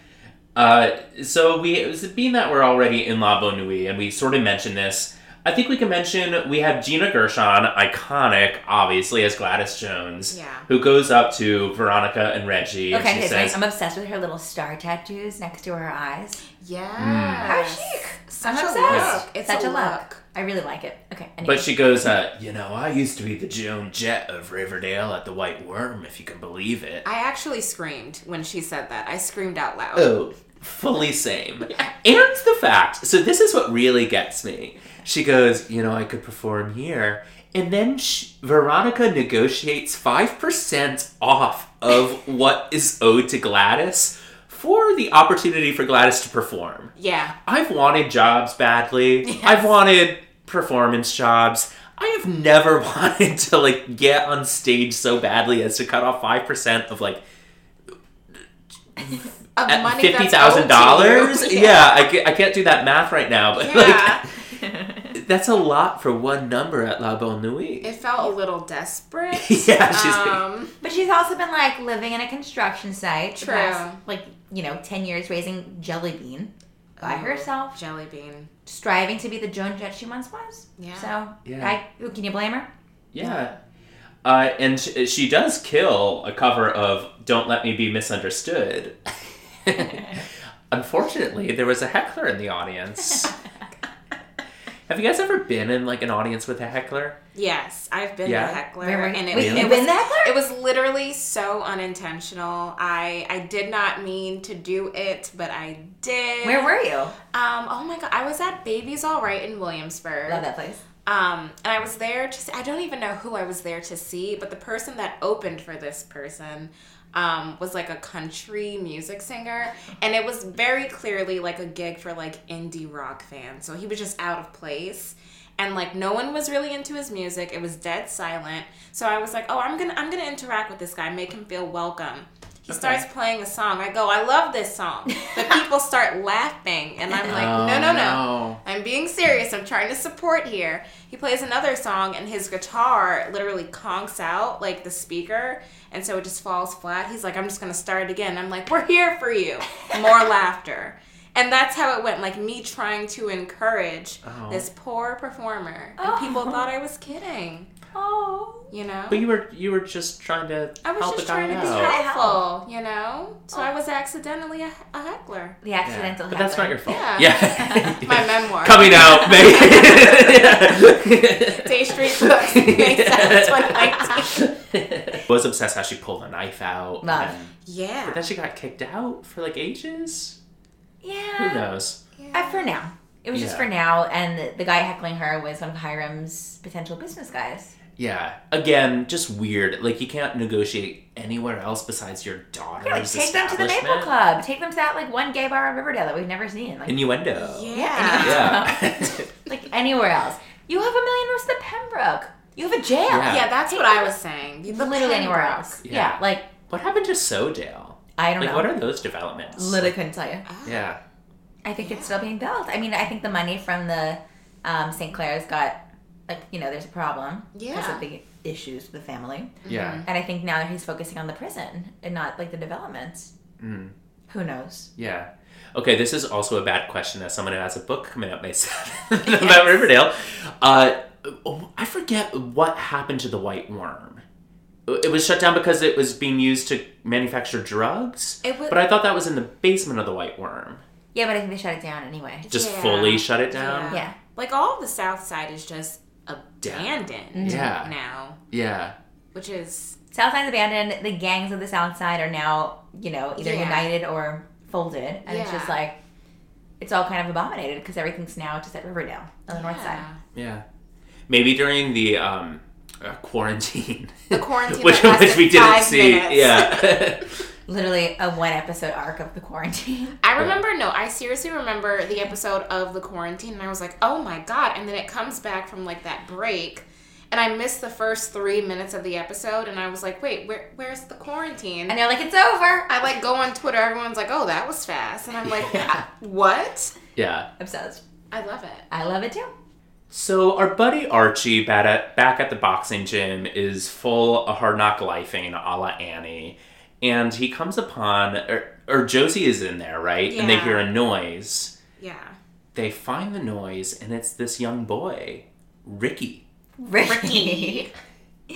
Speaker 1: Uh, so we, so being that we're already in La Bonne Nuit, and we sort of mentioned this, I think we can mention we have Gina Gershon, iconic, obviously as Gladys Jones,
Speaker 4: Yeah.
Speaker 1: who goes up to Veronica and Reggie,
Speaker 2: Okay,
Speaker 1: and she
Speaker 2: here's mine.
Speaker 1: says,
Speaker 2: I'm obsessed with her little star tattoos next to her eyes. How
Speaker 4: Yes.
Speaker 2: chic!
Speaker 4: Such
Speaker 2: I'm
Speaker 4: a
Speaker 2: obsessed.
Speaker 4: look. It's
Speaker 2: Such a,
Speaker 4: a
Speaker 2: look.
Speaker 4: look.
Speaker 2: I really like it. Okay, anyway.
Speaker 1: but she goes, uh, you know, I used to be the Joan Jett of Riverdale at the White Worm, if you can believe it.
Speaker 4: I actually screamed when she said that. I screamed out loud.
Speaker 1: Oh, fully same. And the fact, so this is what really gets me. She goes, you know, I could perform here. And then sh Veronica negotiates 5% off of what is owed to Gladys for the opportunity for Gladys to perform.
Speaker 4: Yeah.
Speaker 1: I've wanted jobs badly. I've wanted performance jobs. I have never wanted to like get on stage so badly as to cut off 5% of like
Speaker 4: Of
Speaker 1: at
Speaker 4: money that's
Speaker 1: fifty thousand
Speaker 4: owed
Speaker 1: dollars.
Speaker 4: to you.
Speaker 1: Yeah, I, ca- I can't do that math right now, but
Speaker 4: Yeah.
Speaker 1: like that's a lot for one number at La Bonne Nuit.
Speaker 4: It felt a little desperate.
Speaker 1: Yeah, she's like-
Speaker 4: um,
Speaker 2: but she's also been like living in a construction site. the
Speaker 4: True.
Speaker 2: past, like, you know, 10 years raising Jelly Bean by
Speaker 4: Oh.
Speaker 2: herself,
Speaker 4: jelly bean.
Speaker 2: striving to be the Joan Jett she once was.
Speaker 4: Yeah.
Speaker 2: So,
Speaker 1: Yeah.
Speaker 2: I, who can you blame her?
Speaker 1: Yeah. Uh, and she, she does kill a cover of "Don't Let Me Be Misunderstood." Unfortunately, there was a heckler in the audience.
Speaker 4: Oh
Speaker 1: Have you guys ever been in like an audience with a heckler?
Speaker 4: Yes, I've been
Speaker 1: Yeah.
Speaker 4: the heckler,
Speaker 2: Wait, wait,
Speaker 4: and it,
Speaker 2: wait,
Speaker 4: it
Speaker 2: you've
Speaker 4: was
Speaker 2: been the heckler?
Speaker 4: It was literally so unintentional. I I did not mean to do it, but I did.
Speaker 2: Where were you?
Speaker 4: Um. Oh my god, I was at Baby's All Right in Williamsburg.
Speaker 2: Love that place.
Speaker 4: Um, and I was there to see, I don't even know who I was there to see, but the person that opened for this person um, was like a country music singer. And it was very clearly like a gig for like indie rock fans. So he was just out of place. And like no one was really into his music. It was dead silent. So I was like, oh, I'm gonna I'm gonna interact with this guy, make him feel welcome. He starts playing a song. I go, I love this song. But people start laughing, and I'm like, no, no, no. I'm being serious. I'm trying to support here. He plays another song, and his guitar literally conks out like the speaker, and so it just falls flat. He's like, "I'm just gonna start it again." I'm like, "We're here for you." More laughter, and that's how it went. Like me trying to encourage
Speaker 1: Oh.
Speaker 4: this poor performer, and people
Speaker 2: Oh.
Speaker 4: thought I was kidding.
Speaker 2: Oh.
Speaker 4: You know,
Speaker 1: But you were you were just trying to
Speaker 4: I was
Speaker 1: help
Speaker 4: just
Speaker 1: the guy
Speaker 4: trying to be
Speaker 1: out.
Speaker 2: help. Oh.
Speaker 4: helpful. You know, so I was accidentally a, a heckler.
Speaker 2: The
Speaker 1: Yeah.
Speaker 2: accidental
Speaker 1: But that's not
Speaker 2: heckler.
Speaker 1: your fault.
Speaker 4: Yeah.
Speaker 1: Yeah.
Speaker 4: My memoir.
Speaker 1: Coming out, maybe.
Speaker 4: Day Street Books, May 7th, 2019.
Speaker 1: was obsessed how she pulled a knife out.
Speaker 2: Love.
Speaker 1: and-
Speaker 4: Yeah.
Speaker 1: but then she got kicked out for like ages.
Speaker 2: Yeah.
Speaker 1: Who knows?
Speaker 2: Uh, for now. It It was just
Speaker 1: Yeah.
Speaker 2: for now, and the guy heckling her was one of Hiram's potential business guys.
Speaker 1: Yeah. Again, just weird. Like you can't negotiate anywhere else besides your daughter's
Speaker 2: Yeah, like take them to the Maple
Speaker 1: establishment.
Speaker 2: Club. Take them to that like one gay bar in Riverdale that we've never seen. Like
Speaker 1: Innuendo.
Speaker 4: Yeah.
Speaker 2: Yeah.
Speaker 1: Yeah.
Speaker 2: like anywhere else. You have a million roofs to Pembroke. You have a jail.
Speaker 1: Yeah.
Speaker 4: Yeah, that's what I was saying. The
Speaker 2: Literally anywhere
Speaker 4: Pembroke.
Speaker 2: else.
Speaker 1: Yeah.
Speaker 2: Yeah. Like
Speaker 1: what happened to Sodale?
Speaker 2: I don't
Speaker 1: Like
Speaker 2: know.
Speaker 1: what are those developments?
Speaker 2: Literally couldn't tell you.
Speaker 4: Ah.
Speaker 1: Yeah.
Speaker 2: I think it's still being built. I mean, I think the money from the um, St. Clair's got like you know there's a problem because
Speaker 4: Yeah.
Speaker 2: of the issues with the family,
Speaker 1: Yeah.
Speaker 2: and I think now he's focusing on the prison and not like the developments.
Speaker 1: Mm.
Speaker 2: Who knows?
Speaker 1: Yeah. Okay, this is also a bad question as someone who has a book coming out May 7th about Riverdale. Uh, oh, I forget what happened to the White Worm. It was shut down because it was being used to manufacture drugs.
Speaker 4: It was-
Speaker 1: but I thought that was in the basement of the White Worm.
Speaker 2: Yeah, but I think they shut it down anyway.
Speaker 1: Just
Speaker 4: Yeah.
Speaker 1: fully shut it down.
Speaker 2: Yeah.
Speaker 4: Like all of the South Side is just abandoned
Speaker 1: Yeah.
Speaker 4: now,
Speaker 1: Mm-hmm. Yeah.
Speaker 4: which is
Speaker 2: South Side's abandoned. The gangs of the South Side are now, you know, either
Speaker 4: Yeah.
Speaker 2: united or folded, and it's just
Speaker 4: Yeah.
Speaker 2: like it's all kind of abominated because everything's now just at Riverdale on the North Side.
Speaker 4: yeah.
Speaker 1: Yeah. Maybe during the um, uh, quarantine.
Speaker 4: The quarantine
Speaker 1: which,
Speaker 4: that
Speaker 1: which we
Speaker 4: lasted
Speaker 1: didn't
Speaker 4: five
Speaker 1: see.
Speaker 4: minutes.
Speaker 1: Yeah.
Speaker 2: Literally a one episode arc of the quarantine.
Speaker 4: I remember no, I seriously remember the episode of the quarantine and I was like, "Oh my god." And then it comes back from like that break and I missed the first 3 minutes of the episode and I was like, "Wait, where where's the quarantine?"
Speaker 2: And they're like, it's over.
Speaker 4: I like go on Twitter, everyone's like, "Oh, that was fast." And I'm like, "I- "What?"
Speaker 1: yeah.
Speaker 2: Obsessed.
Speaker 4: I love it.
Speaker 2: I love it too.
Speaker 1: So our buddy Archie back at, back at the boxing gym is full of hard knock lifing a la Annie. And he comes upon, or, or Josie is in there, right? And they
Speaker 4: Yeah.
Speaker 1: hear a noise.
Speaker 4: Yeah.
Speaker 1: They find the noise, and it's this young boy, Ricky.
Speaker 2: Ricky.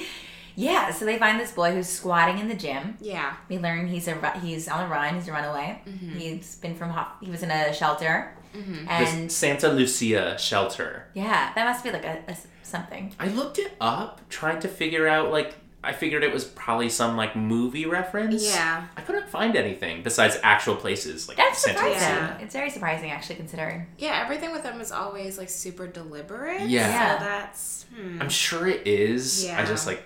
Speaker 2: yeah, so they find this boy who's squatting in the gym.
Speaker 4: Yeah.
Speaker 2: We learn he's a ru- he's on a run. He's a runaway.
Speaker 4: Mm-hmm.
Speaker 2: He's been from ho- he was in a shelter, and
Speaker 1: This Santa Lucia shelter.
Speaker 2: yeah, that must be like a, a s- something.
Speaker 1: I looked it up trying to figure out like I figured it was probably some like movie reference.
Speaker 4: Yeah.
Speaker 1: I couldn't find anything besides actual places like
Speaker 2: That's
Speaker 1: Santa
Speaker 2: surprising.
Speaker 1: Lucia.
Speaker 4: Yeah.
Speaker 2: It's very surprising, actually, considering.
Speaker 4: Yeah, everything with them is always like super deliberate.
Speaker 1: Yeah.
Speaker 2: Yeah.
Speaker 4: So that's hmm.
Speaker 1: I'm sure it is. I
Speaker 4: Yeah.
Speaker 1: just like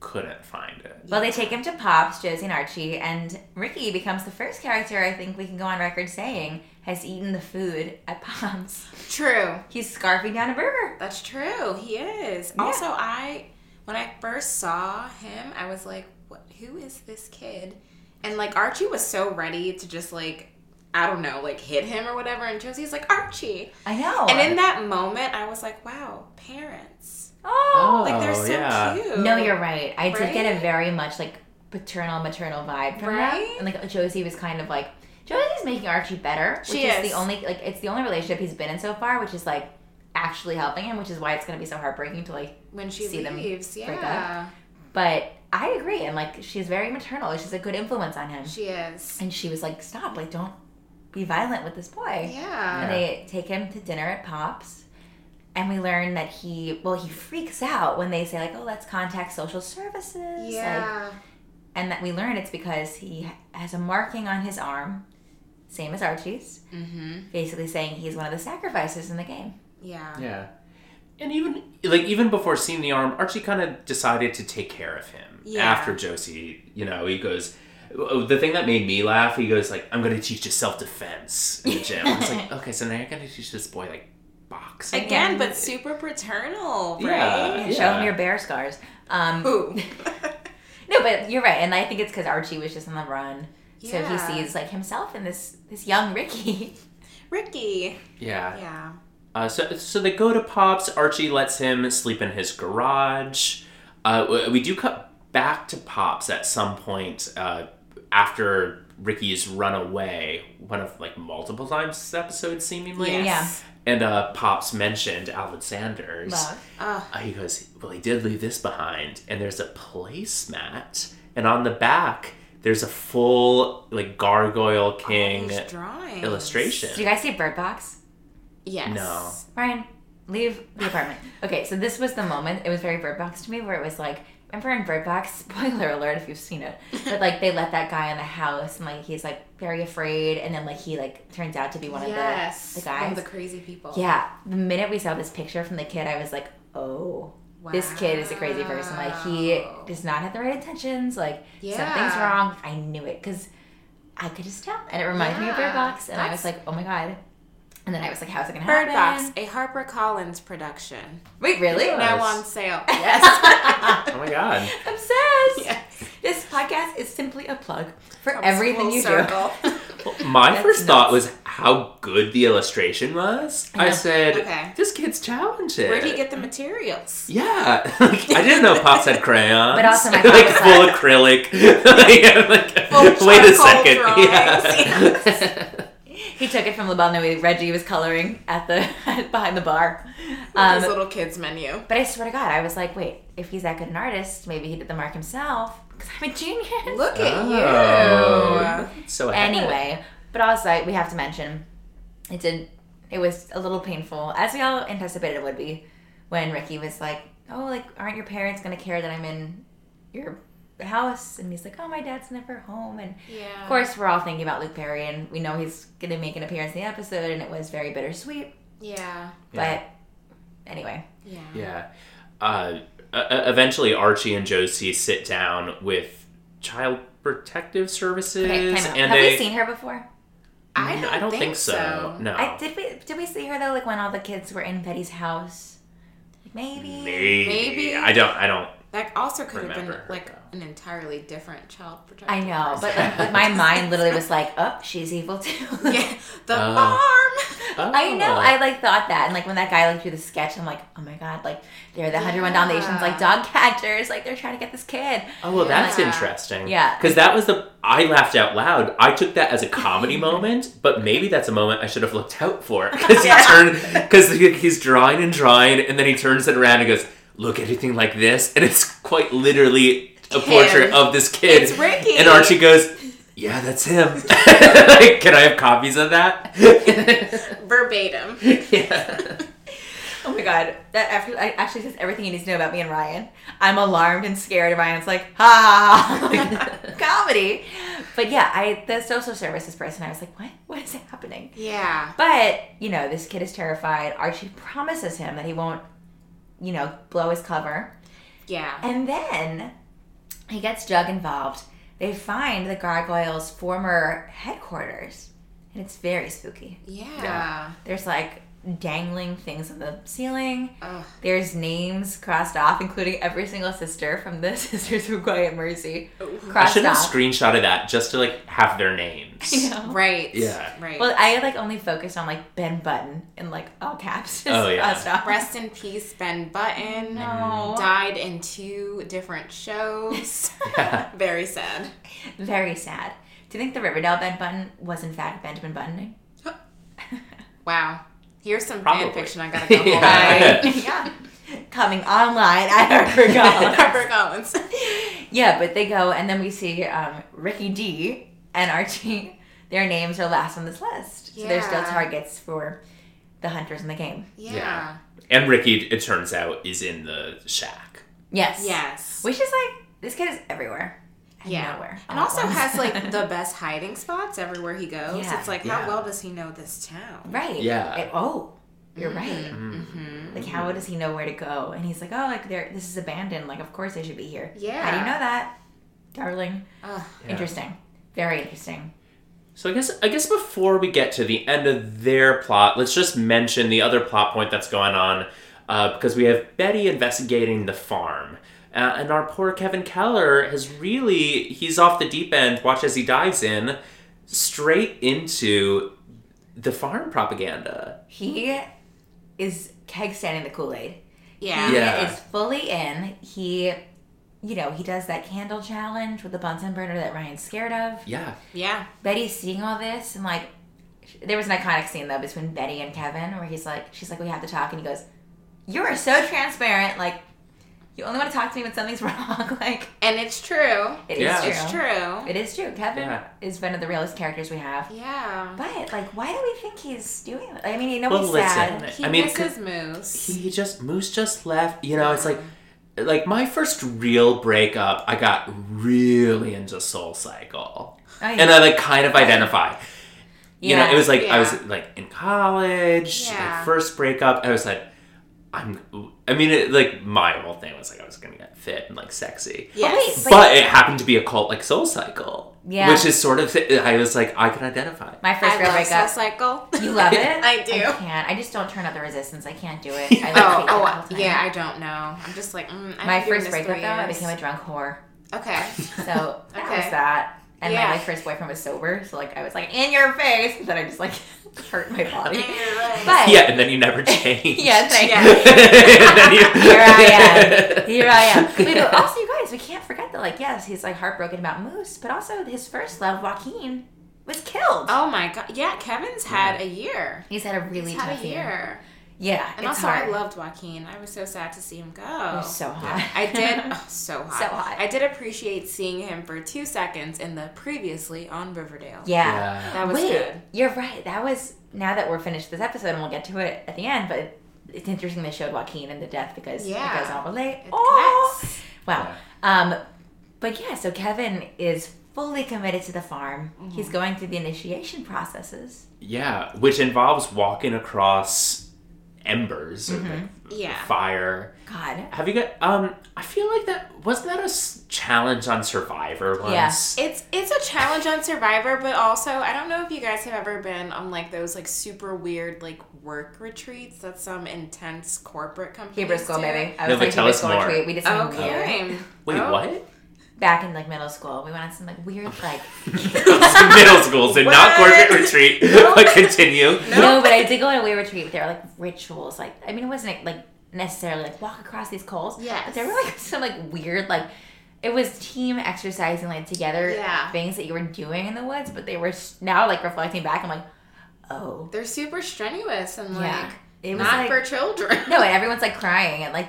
Speaker 1: couldn't find it.
Speaker 2: Well, they take him to Pops, Josie and Archie, and Ricky becomes the first character I think we can go on record saying has eaten the food at Pops.
Speaker 4: true.
Speaker 2: He's scarfing down a burger.
Speaker 4: That's true. He is.
Speaker 2: Yeah.
Speaker 4: Also, I when I first saw him, I was like, "What? Who is this kid?" And like Archie was so ready to just like, I don't know, like hit him or whatever. And Josie's like, "Archie,"
Speaker 2: Oh, I know.
Speaker 4: and in that moment, I was like, "Wow, parents!
Speaker 2: oh,
Speaker 4: Like they're so
Speaker 1: yeah.
Speaker 4: cute."
Speaker 2: no, you're right. I did get a
Speaker 4: Right?
Speaker 2: very much like paternal maternal vibe from
Speaker 4: Right?
Speaker 2: that, and like Josie was kind of like Josie's making Archie better, which
Speaker 4: She
Speaker 2: is
Speaker 4: is.
Speaker 2: the only like it's the only relationship he's been in so far, which is like actually helping him, which is why it's gonna be so heartbreaking to like
Speaker 4: when she
Speaker 2: See them
Speaker 4: leaves.
Speaker 2: break
Speaker 4: Yeah,
Speaker 2: But I agree, and like she's very maternal. She's a good influence on him.
Speaker 4: she is.
Speaker 2: And she was like, "Stop! Like, don't be violent with this boy." And
Speaker 4: Yeah.
Speaker 2: they take him to dinner at Pops, and we learn that he, well, he freaks out when they say like, "Oh, let's contact social services." like-
Speaker 4: Yeah.
Speaker 2: and that we learn it's because he ha- has a marking on his arm, same as Archie's,
Speaker 4: Mm-hmm.
Speaker 2: basically saying he's one of the sacrifices in the game.
Speaker 4: Yeah.
Speaker 1: Yeah. And even like even before seeing the arm, Archie kind of decided to take care of him
Speaker 4: Yeah.
Speaker 1: after Josie. You know, he goes. oh, The thing that made me laugh, he goes like, "I'm going to teach you self defense in the gym." I was like, "Okay, so now you're going to teach this boy like boxing."
Speaker 4: Again, but super paternal,
Speaker 1: Yeah.
Speaker 4: right?
Speaker 2: And Show him your bear scars. Um,
Speaker 4: Ooh.
Speaker 2: No, but you're right, and I think it's because Archie was just on the run, so he
Speaker 4: Yeah.
Speaker 2: sees like himself in this this young Ricky.
Speaker 4: Ricky.
Speaker 1: Yeah.
Speaker 4: Yeah.
Speaker 1: Uh, so, so they go to Pops. Archie lets him sleep in his garage. Uh, w- we do cut back to Pops at some point uh, after Ricky's run away, one of like multiple times this episode, seemingly.
Speaker 4: Yes.
Speaker 1: And uh, Pops mentioned Alvin Sanders.
Speaker 2: Love.
Speaker 4: Ugh.
Speaker 1: Uh, he goes, Well, he did leave this behind. And there's a placemat. And on the back, there's a full like Gargoyle King
Speaker 4: These drawings.
Speaker 1: illustration.
Speaker 2: Did you guys see Bird Box?
Speaker 4: Yes.
Speaker 1: No.
Speaker 2: Brian, leave the apartment. Okay, so this was the moment. It was very Bird Box to me, where it was like remember in Bird Box, spoiler alert if you've seen it, but like they let that guy in the house and like he's like very afraid and then like he like turns out to be one of
Speaker 4: yes,
Speaker 2: the, the
Speaker 4: one
Speaker 2: guys.
Speaker 4: of the crazy people.
Speaker 2: yeah. The minute we saw this picture from the kid, I was like, oh, this kid is a crazy person. Like he
Speaker 4: Wow.
Speaker 2: does not have the right intentions. Like something's
Speaker 4: Yeah.
Speaker 2: wrong. I knew it because I could just tell, and it reminded me of Bird
Speaker 4: Yeah.
Speaker 2: Box, and I was
Speaker 4: That's-
Speaker 2: like, oh my god. And then I was like, how's it gonna
Speaker 4: Bird
Speaker 2: happen?
Speaker 4: Box, a HarperCollins production.
Speaker 2: Wait, really?
Speaker 1: Yeah.
Speaker 4: Now
Speaker 1: Nice.
Speaker 4: on sale.
Speaker 2: Yes.
Speaker 1: Oh my god.
Speaker 2: Obsessed.
Speaker 4: Yes.
Speaker 2: This podcast is simply a plug for
Speaker 4: Comes
Speaker 2: everything
Speaker 4: full
Speaker 2: you
Speaker 4: circle.
Speaker 1: My
Speaker 2: That's
Speaker 1: first thought
Speaker 2: nuts.
Speaker 1: was how good the illustration was. I
Speaker 2: Yeah.
Speaker 1: said,
Speaker 4: Okay.
Speaker 1: "This kid's talented."
Speaker 4: Where'd he get the materials?
Speaker 1: Yeah, like, I didn't know Pops had crayons.
Speaker 2: But also my
Speaker 1: like
Speaker 2: thought was
Speaker 1: full acrylic.
Speaker 2: like-
Speaker 1: Yeah, like,
Speaker 4: Full
Speaker 1: wait a
Speaker 4: charcoal
Speaker 1: second.
Speaker 4: drawings,
Speaker 1: Yeah.
Speaker 2: do. He took it from LaBelle Noe. Reggie was coloring at the behind the bar.
Speaker 4: His
Speaker 2: Um,
Speaker 4: little kids menu.
Speaker 2: but I swear to God, I was like, wait, if he's that good an artist, maybe he did the mark himself because I'm a genius.
Speaker 4: Look at
Speaker 1: Oh.
Speaker 4: you.
Speaker 1: so ahead.
Speaker 2: Anyway, but also we have to mention it did. It was a little painful, as we all anticipated it would be, when Ricky was like, "Oh, like, aren't your parents gonna care that I'm in your house?" And he's like, "Oh, my dad's never home," and Of
Speaker 4: Yeah.
Speaker 1: Uh-huh.
Speaker 2: course, we're all thinking about Luke Perry, and we know he's going to make an appearance in the episode, and it was very bittersweet.
Speaker 4: Yeah.
Speaker 1: Yeah.
Speaker 2: But anyway,
Speaker 4: Yeah.
Speaker 1: Yeah. Uh, uh, eventually, Archie and Josie sit down with Child Protective Services,
Speaker 2: okay, time out.
Speaker 1: and
Speaker 2: have
Speaker 1: they.
Speaker 2: we seen her before?
Speaker 4: I don't,
Speaker 1: I don't think, so. No.
Speaker 2: I did we did we see her though? Like when all the kids were in Betty's house, like maybe.
Speaker 1: Maybe.
Speaker 4: Maybe.
Speaker 1: I don't. I don't.
Speaker 4: That also could have been
Speaker 1: Remember her,
Speaker 4: like
Speaker 1: though.
Speaker 4: an entirely different child protective.
Speaker 2: I know, but
Speaker 4: person.
Speaker 2: like, like, my mind literally was like, "Oh, she's evil too."
Speaker 4: yeah, the
Speaker 1: Oh.
Speaker 4: farm.
Speaker 2: I know.
Speaker 1: Oh.
Speaker 2: I like thought that, and like when that guy like drew the sketch, I'm like, "Oh my god!" Like they're the 101
Speaker 4: Yeah.
Speaker 2: Dalmatians, like dog catchers, like they're trying to get this kid.
Speaker 1: Oh, well, that's
Speaker 4: Yeah.
Speaker 1: interesting.
Speaker 2: Yeah.
Speaker 1: Because that was the. I laughed out loud. I took that as a comedy moment, but maybe that's a moment I should have looked out for. Because he
Speaker 2: Yeah.
Speaker 1: turned. Because he, he's drawing and drawing, and then he turns it around and goes, Look, anything like this? And it's quite literally a
Speaker 4: Him.
Speaker 1: portrait of this kid.
Speaker 4: It's Ricky.
Speaker 1: And Archie goes, Yeah, that's him. Like, Can I have copies of that?
Speaker 4: Verbatim.
Speaker 1: yeah.
Speaker 2: Oh my god, that after, I- actually says everything you need to know about me and Ryan. I'm alarmed and scared, and Ryan's like, ha, ha, ha." comedy. But yeah, I the social services person, I was like, what? What is happening?
Speaker 4: Yeah.
Speaker 2: But you know, this kid is terrified. Archie promises him that he won't, you know, blow his cover,
Speaker 4: Yeah.
Speaker 2: and then he gets Jug involved. They find the gargoyle's former headquarters, and it's very spooky.
Speaker 4: Yeah.
Speaker 1: Yeah.
Speaker 2: There's like dangling things on the ceiling.
Speaker 4: Ugh.
Speaker 2: There's names crossed off, including every single sister from the Sisters of Quiet Mercy.
Speaker 1: I
Speaker 2: Crossed
Speaker 1: should have
Speaker 2: off.
Speaker 1: screenshotted that just to, like, have their names.
Speaker 2: I know.
Speaker 4: Right.
Speaker 1: Yeah.
Speaker 4: Right.
Speaker 2: Well, I like only focused on like Ben Button in like all caps. Just
Speaker 1: Oh, yeah.
Speaker 2: Crossed off.
Speaker 4: Rest in peace, Ben Button.
Speaker 2: No.
Speaker 4: Died in two different shows.
Speaker 1: Yeah.
Speaker 4: Very sad.
Speaker 2: Very sad. Do you think the Riverdale Ben Button was in fact Benjamin Button?
Speaker 4: Wow. Here's some fan
Speaker 1: Probably.
Speaker 4: fiction I gotta go
Speaker 1: Yeah.
Speaker 4: yeah.
Speaker 2: yeah. Coming online at Harper Collins.
Speaker 4: Collins.
Speaker 2: yeah, but they go and then we see um, Ricky D and Archie. Their names are last on this list, so they're still
Speaker 4: Yeah.
Speaker 2: targets for the hunters in the game.
Speaker 4: Yeah.
Speaker 1: Yeah. And Ricky, it turns out, is in the shack.
Speaker 2: Yes.
Speaker 4: Yes.
Speaker 2: Which is like this kid is everywhere. And
Speaker 4: Yeah.
Speaker 2: Nowhere.
Speaker 4: And
Speaker 2: all at
Speaker 4: also
Speaker 2: once.
Speaker 4: has like the best hiding spots everywhere he goes.
Speaker 2: Yeah.
Speaker 4: It's like,
Speaker 1: Yeah.
Speaker 4: how well does he know this town?
Speaker 2: Right.
Speaker 1: Yeah.
Speaker 2: It- oh. You're right.
Speaker 4: Mm-hmm.
Speaker 2: Like how does he know where to go? And he's like, Oh, like there this is abandoned, like of course they should be here.
Speaker 4: Yeah.
Speaker 2: How do you know that? Darling.
Speaker 4: Ugh.
Speaker 1: Yeah.
Speaker 2: Interesting. Very interesting.
Speaker 1: So I guess I guess before we get to the end of their plot, let's just mention the other plot point that's going on, uh, because we have Betty investigating the farm, uh, and our poor Kevin Keller has really he's off the deep end. Watch as he dives in straight into the farm propaganda.
Speaker 2: He is keg standing the Kool-Aid.
Speaker 4: Yeah.
Speaker 2: He
Speaker 1: Yeah.
Speaker 2: is fully in. He you know, he does that candle challenge with the Bunsen burner that Ryan's scared of.
Speaker 1: Yeah,
Speaker 4: Yeah.
Speaker 2: Betty's seeing all this and like there was an iconic scene though between Betty and Kevin where he's like she's like we have to talk and he goes you are so transparent like you only want to talk to me when something's wrong like
Speaker 4: And it's true.
Speaker 2: it is
Speaker 1: Yeah.
Speaker 2: true.
Speaker 4: It's true.
Speaker 2: It is true. Kevin
Speaker 1: Yeah.
Speaker 2: is one of the realest characters we have.
Speaker 4: Yeah.
Speaker 2: But like why do we think he's doing that? I mean, you know
Speaker 1: Well,
Speaker 2: he's
Speaker 1: listen.
Speaker 2: sad.
Speaker 4: He
Speaker 1: I mean,
Speaker 4: misses Moose.
Speaker 1: he just Moose just left. You know, it's like like my first real breakup, I got really into Soul Cycle.
Speaker 2: Oh, yeah.
Speaker 1: And I like kind of identify. You know,
Speaker 2: Yeah.
Speaker 1: it was like I was
Speaker 4: Yeah.
Speaker 1: like in college,
Speaker 4: Yeah.
Speaker 1: like first breakup. I was like, I'm. I mean, it, like my whole thing was like I was gonna get fit and like sexy,
Speaker 2: Oh,
Speaker 4: Yes.
Speaker 2: But-
Speaker 1: but it happened to be a cult like Soul Cycle,
Speaker 2: Yeah.
Speaker 1: which is sort of I was like I could identify.
Speaker 2: my first
Speaker 4: I
Speaker 2: real
Speaker 4: love
Speaker 2: breakup.
Speaker 4: Soul Cycle.
Speaker 2: You love it?
Speaker 4: I do.
Speaker 2: I can't. I just don't turn out the resistance. I can't do it. I
Speaker 4: Oh,
Speaker 2: like oh,
Speaker 4: oh, yeah. I don't know. I'm just like mm, I've
Speaker 2: My
Speaker 4: been doing
Speaker 2: first
Speaker 4: this
Speaker 2: breakup
Speaker 4: three
Speaker 2: though, I
Speaker 4: years.
Speaker 2: became a drunk whore.
Speaker 4: okay.
Speaker 2: So that
Speaker 4: Okay.
Speaker 2: was that. And
Speaker 4: Yeah.
Speaker 2: my like, first boyfriend was sober, so like I was like in your face, but then I just like hurt my body. But
Speaker 1: Yeah, and then you never changed.
Speaker 2: yeah, thank
Speaker 4: Yeah.
Speaker 1: And then you-
Speaker 2: Here I am. Here I am. Wait, but also, you guys, we can't forget that like yes, he's like heartbroken about Moose, but also his first love, Joaquin, was killed.
Speaker 4: oh my god. Yeah, Kevin's had a year.
Speaker 2: He's had a really
Speaker 4: He's
Speaker 2: tough
Speaker 4: had a year.
Speaker 2: Yeah,
Speaker 4: And
Speaker 2: it's
Speaker 4: also,
Speaker 2: hard.
Speaker 4: I loved Joaquin. I was so sad to see him go.
Speaker 2: It was so hot.
Speaker 4: I did oh, so hot.
Speaker 2: So hot.
Speaker 4: I did appreciate seeing him for two seconds in the previously on Riverdale.
Speaker 2: yeah.
Speaker 1: Yeah.
Speaker 4: that was
Speaker 2: Wait,
Speaker 4: good.
Speaker 2: you're right. That was now that we're finished this episode, and we'll get to it at the end. But it's interesting they showed Joaquin and the death because
Speaker 4: Yeah.
Speaker 2: it goes all relate.
Speaker 4: It
Speaker 2: Oh,
Speaker 4: connects.
Speaker 2: wow. Um, but yeah, so Kevin is fully committed to the farm. He's
Speaker 4: Mm-hmm.
Speaker 2: going through the initiation processes.
Speaker 1: Yeah, which involves walking across embers or
Speaker 2: Mm-hmm,
Speaker 1: like
Speaker 4: Yeah.
Speaker 1: fire.
Speaker 2: God,
Speaker 1: Have you got? Um, I feel like that wasn't that a s- challenge on Survivor
Speaker 2: Yeah.
Speaker 1: once.
Speaker 4: It's it's a challenge on Survivor, but also I don't know if you guys have ever been on like those like super weird like work retreats that some intense corporate companies
Speaker 2: Hebrew school,
Speaker 4: do.
Speaker 2: maybe. I
Speaker 1: No,
Speaker 2: was
Speaker 1: but
Speaker 2: like
Speaker 1: tell
Speaker 2: Hebrew
Speaker 1: us
Speaker 2: school
Speaker 1: more.
Speaker 2: retreat. We did something weird
Speaker 4: Okay.
Speaker 1: Wait,
Speaker 4: Oh.
Speaker 1: what?
Speaker 2: back in like middle school. We went on some like weird like
Speaker 1: It's middle school, so not
Speaker 4: What?
Speaker 1: corporate retreat. But continue.
Speaker 2: No, but I did go on a way retreat. but There were like rituals. Like I mean, it wasn't like necessarily like walk across these coals.
Speaker 4: Yes.
Speaker 2: But there were like some like weird like it was team exercise and like together
Speaker 4: Yeah.
Speaker 2: things that you were doing in the woods. But they were s- now like reflecting back. I'm like, oh
Speaker 4: They're super strenuous and like
Speaker 2: yeah, it was
Speaker 4: not
Speaker 2: like,
Speaker 4: for children.
Speaker 2: no, and everyone's like crying and like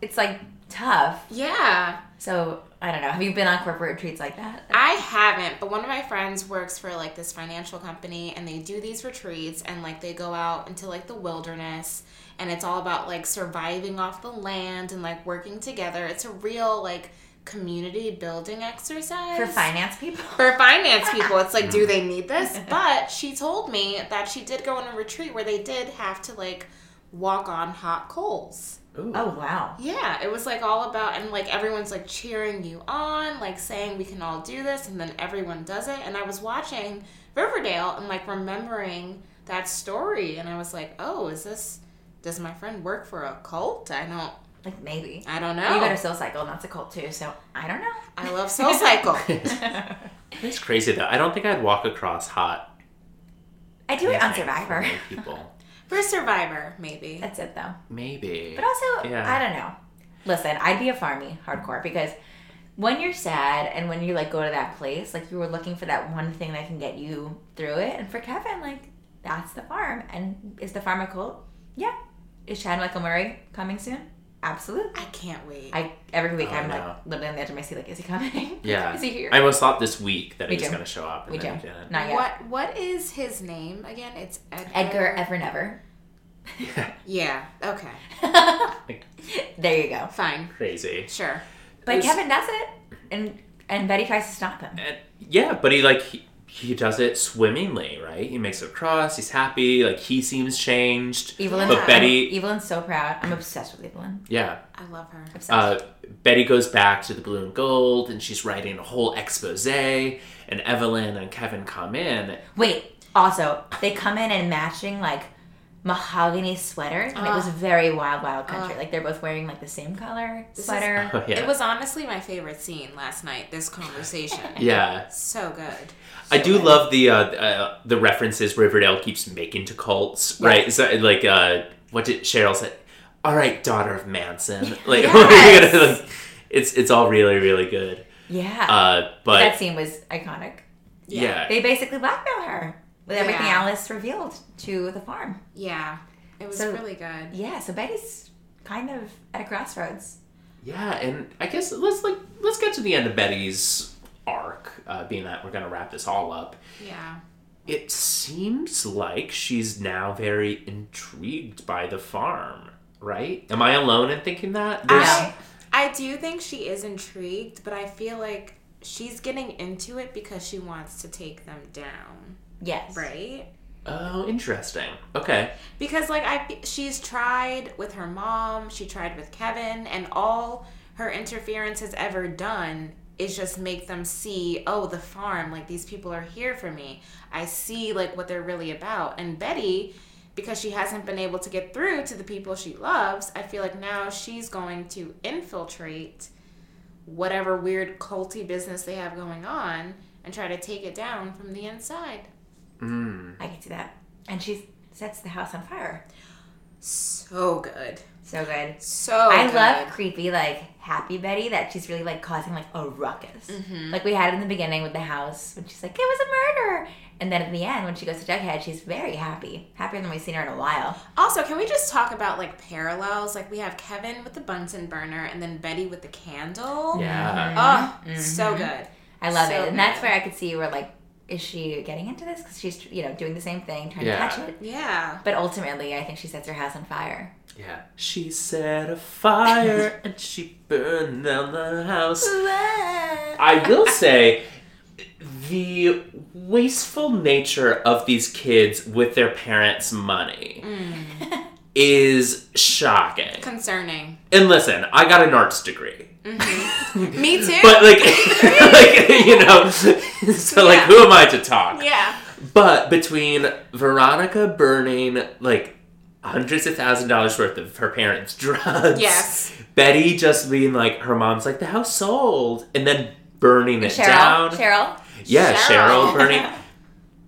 Speaker 2: it's like tough.
Speaker 4: Yeah.
Speaker 2: So I don't know. Have you been on corporate retreats like that?
Speaker 4: I haven't, but one of my friends works for like this financial company and they do these retreats and like they go out into like the wilderness and it's all about like surviving off the land and like working together. It's a real like community building exercise.
Speaker 2: For finance people.
Speaker 4: For finance people, it's like, do they need this? But she told me that she did go on a retreat where they did have to like walk on hot coals.
Speaker 1: Ooh.
Speaker 2: Oh wow.
Speaker 4: Yeah, it was like all about, and like everyone's like cheering you on, like saying we can all do this, and then everyone does it. And I was watching Riverdale and like remembering that story, and I was like, oh, is this? Does my friend work for a cult? I don't,
Speaker 2: Like maybe.
Speaker 4: I don't
Speaker 2: You go to
Speaker 4: know.
Speaker 2: Soul Cycle, and that's a cult too. So I don't
Speaker 4: I love Soul Cycle.
Speaker 2: know.
Speaker 1: It's crazy though. I don't think I'd walk across hot
Speaker 2: I do it on
Speaker 1: things for
Speaker 2: Survivor.
Speaker 1: other people.
Speaker 4: for Survivor, maybe.
Speaker 2: That's it though.
Speaker 1: Maybe.
Speaker 2: But also,
Speaker 1: Yeah.
Speaker 2: I don't know. Listen, I'd be a farmie hardcore because when you're sad and when you like go to that place, like you were looking for that one thing that can get you through it. And for Kevin, like that's the farm. And is the farm a cult? Yeah. Is Chad Michael Murray coming soon? Absolutely.
Speaker 4: I can't wait.
Speaker 2: I every week
Speaker 1: Oh,
Speaker 2: I'm
Speaker 1: no.
Speaker 2: like literally on the edge of my seat, like, is he coming?
Speaker 1: yeah.
Speaker 2: is he here?
Speaker 1: I almost thought this week that
Speaker 2: Me
Speaker 1: he was
Speaker 2: too.
Speaker 1: gonna show up. And
Speaker 2: we do.
Speaker 1: then he didn't.
Speaker 2: Not yet.
Speaker 4: What What is his name again? It's Edgar.
Speaker 2: Edgar Ever Never.
Speaker 4: Yeah. Okay.
Speaker 2: there you go.
Speaker 4: Fine.
Speaker 1: Crazy.
Speaker 4: Sure.
Speaker 2: But
Speaker 1: It's-
Speaker 2: Kevin does it, and and Betty tries to stop him.
Speaker 1: And, yeah, but he like he, he does it swimmingly, right? He makes it across. He's happy. Like he seems changed.
Speaker 2: Evelyn,
Speaker 1: But Betty-
Speaker 2: Evelyn's so proud. I'm obsessed with Evelyn.
Speaker 1: Yeah.
Speaker 4: I love her.
Speaker 2: Obsessed.
Speaker 1: Uh, Betty goes back to the blue and gold, and she's writing a whole expose. And Evelyn and Kevin come in.
Speaker 2: Wait. Also, they come in in matching like mahogany sweaters, and
Speaker 4: Ah.
Speaker 2: it was very wild, wild country. like they're both wearing like the same color
Speaker 4: is-
Speaker 2: sweater.
Speaker 1: Oh, yeah.
Speaker 4: It was honestly my favorite scene last night. This conversation.
Speaker 1: yeah.
Speaker 4: So good.
Speaker 1: I do love the uh, uh, the references Riverdale keeps making to cults, right? So like, uh, what did Cheryl say? All right, daughter of Manson. Like,
Speaker 4: Yes.
Speaker 1: we're gonna, like, it's it's all really really good.
Speaker 2: yeah.
Speaker 1: Uh,
Speaker 2: that
Speaker 1: but
Speaker 2: scene was iconic.
Speaker 1: yeah,
Speaker 2: They basically blackmail her with everything
Speaker 4: Yeah.
Speaker 2: Alice revealed to the farm.
Speaker 4: Yeah. It was
Speaker 2: So-
Speaker 4: really good.
Speaker 2: Yeah. So Betty's kind of at a crossroads.
Speaker 1: Yeah, and I guess let's like let's get to the end of Betty's arc, uh, being that we're gonna wrap this all up.
Speaker 4: Yeah.
Speaker 1: It seems like she's now very intrigued by the farm, right? Am I alone in thinking that? There's-
Speaker 4: I, I do think she is intrigued, but I feel like she's getting into it because she wants to take them down,
Speaker 2: Yes.
Speaker 4: right?
Speaker 1: Oh, interesting. Okay.
Speaker 4: Because like I fe- she's tried with her mom, she tried with Kevin, and all her interference has ever done is just make them see, oh, the farm, like these people are here for me. I see like what they're really about. And Betty, because she hasn't been able to get through to the people she loves, I feel like now she's going to infiltrate whatever weird culty business they have going on and try to take it down from the inside.
Speaker 1: Mm.
Speaker 2: I can see that. And she sets the house on fire.
Speaker 4: So good.
Speaker 2: So good.
Speaker 4: So
Speaker 1: Oh,
Speaker 2: I
Speaker 4: good.
Speaker 2: love creepy, like happy Betty that she's really like causing like a ruckus.
Speaker 1: Mm-hmm.
Speaker 2: Like we had in the beginning with the house when she's like, it was a murder. And then at the end, when she goes to Jughead, she's very happy. Happier than we've seen her in a while.
Speaker 4: Also, can we just talk about like parallels? Like we have Kevin with the Bunsen burner and then Betty with the candle.
Speaker 1: Yeah. Uh, Mm-hmm.
Speaker 4: Oh, so good.
Speaker 2: I love
Speaker 4: So
Speaker 2: it. And that's
Speaker 4: good.
Speaker 2: where I could see where like, is she getting into this? Because she's, you know, doing the same thing, trying
Speaker 1: Yeah.
Speaker 2: to catch it.
Speaker 4: Yeah.
Speaker 2: But ultimately, I think she sets her house on fire.
Speaker 1: Yeah. She set a fire and she burned down the house. I will say the wasteful nature of these kids with their parents' money is shocking.
Speaker 4: Concerning.
Speaker 1: And listen, I got an arts degree.
Speaker 4: Mm-hmm. Me too.
Speaker 1: But like, like you know, so like
Speaker 4: Yeah.
Speaker 1: who am I to talk?
Speaker 4: yeah.
Speaker 1: But between Veronica burning like hundreds of thousand dollars worth of her parents' drugs,
Speaker 4: Yes.
Speaker 1: Betty just being like her mom's like the house sold, and then burning it
Speaker 2: Cheryl,
Speaker 1: down.
Speaker 2: Cheryl,
Speaker 1: Yeah, Cheryl,
Speaker 4: Cheryl.
Speaker 1: burning.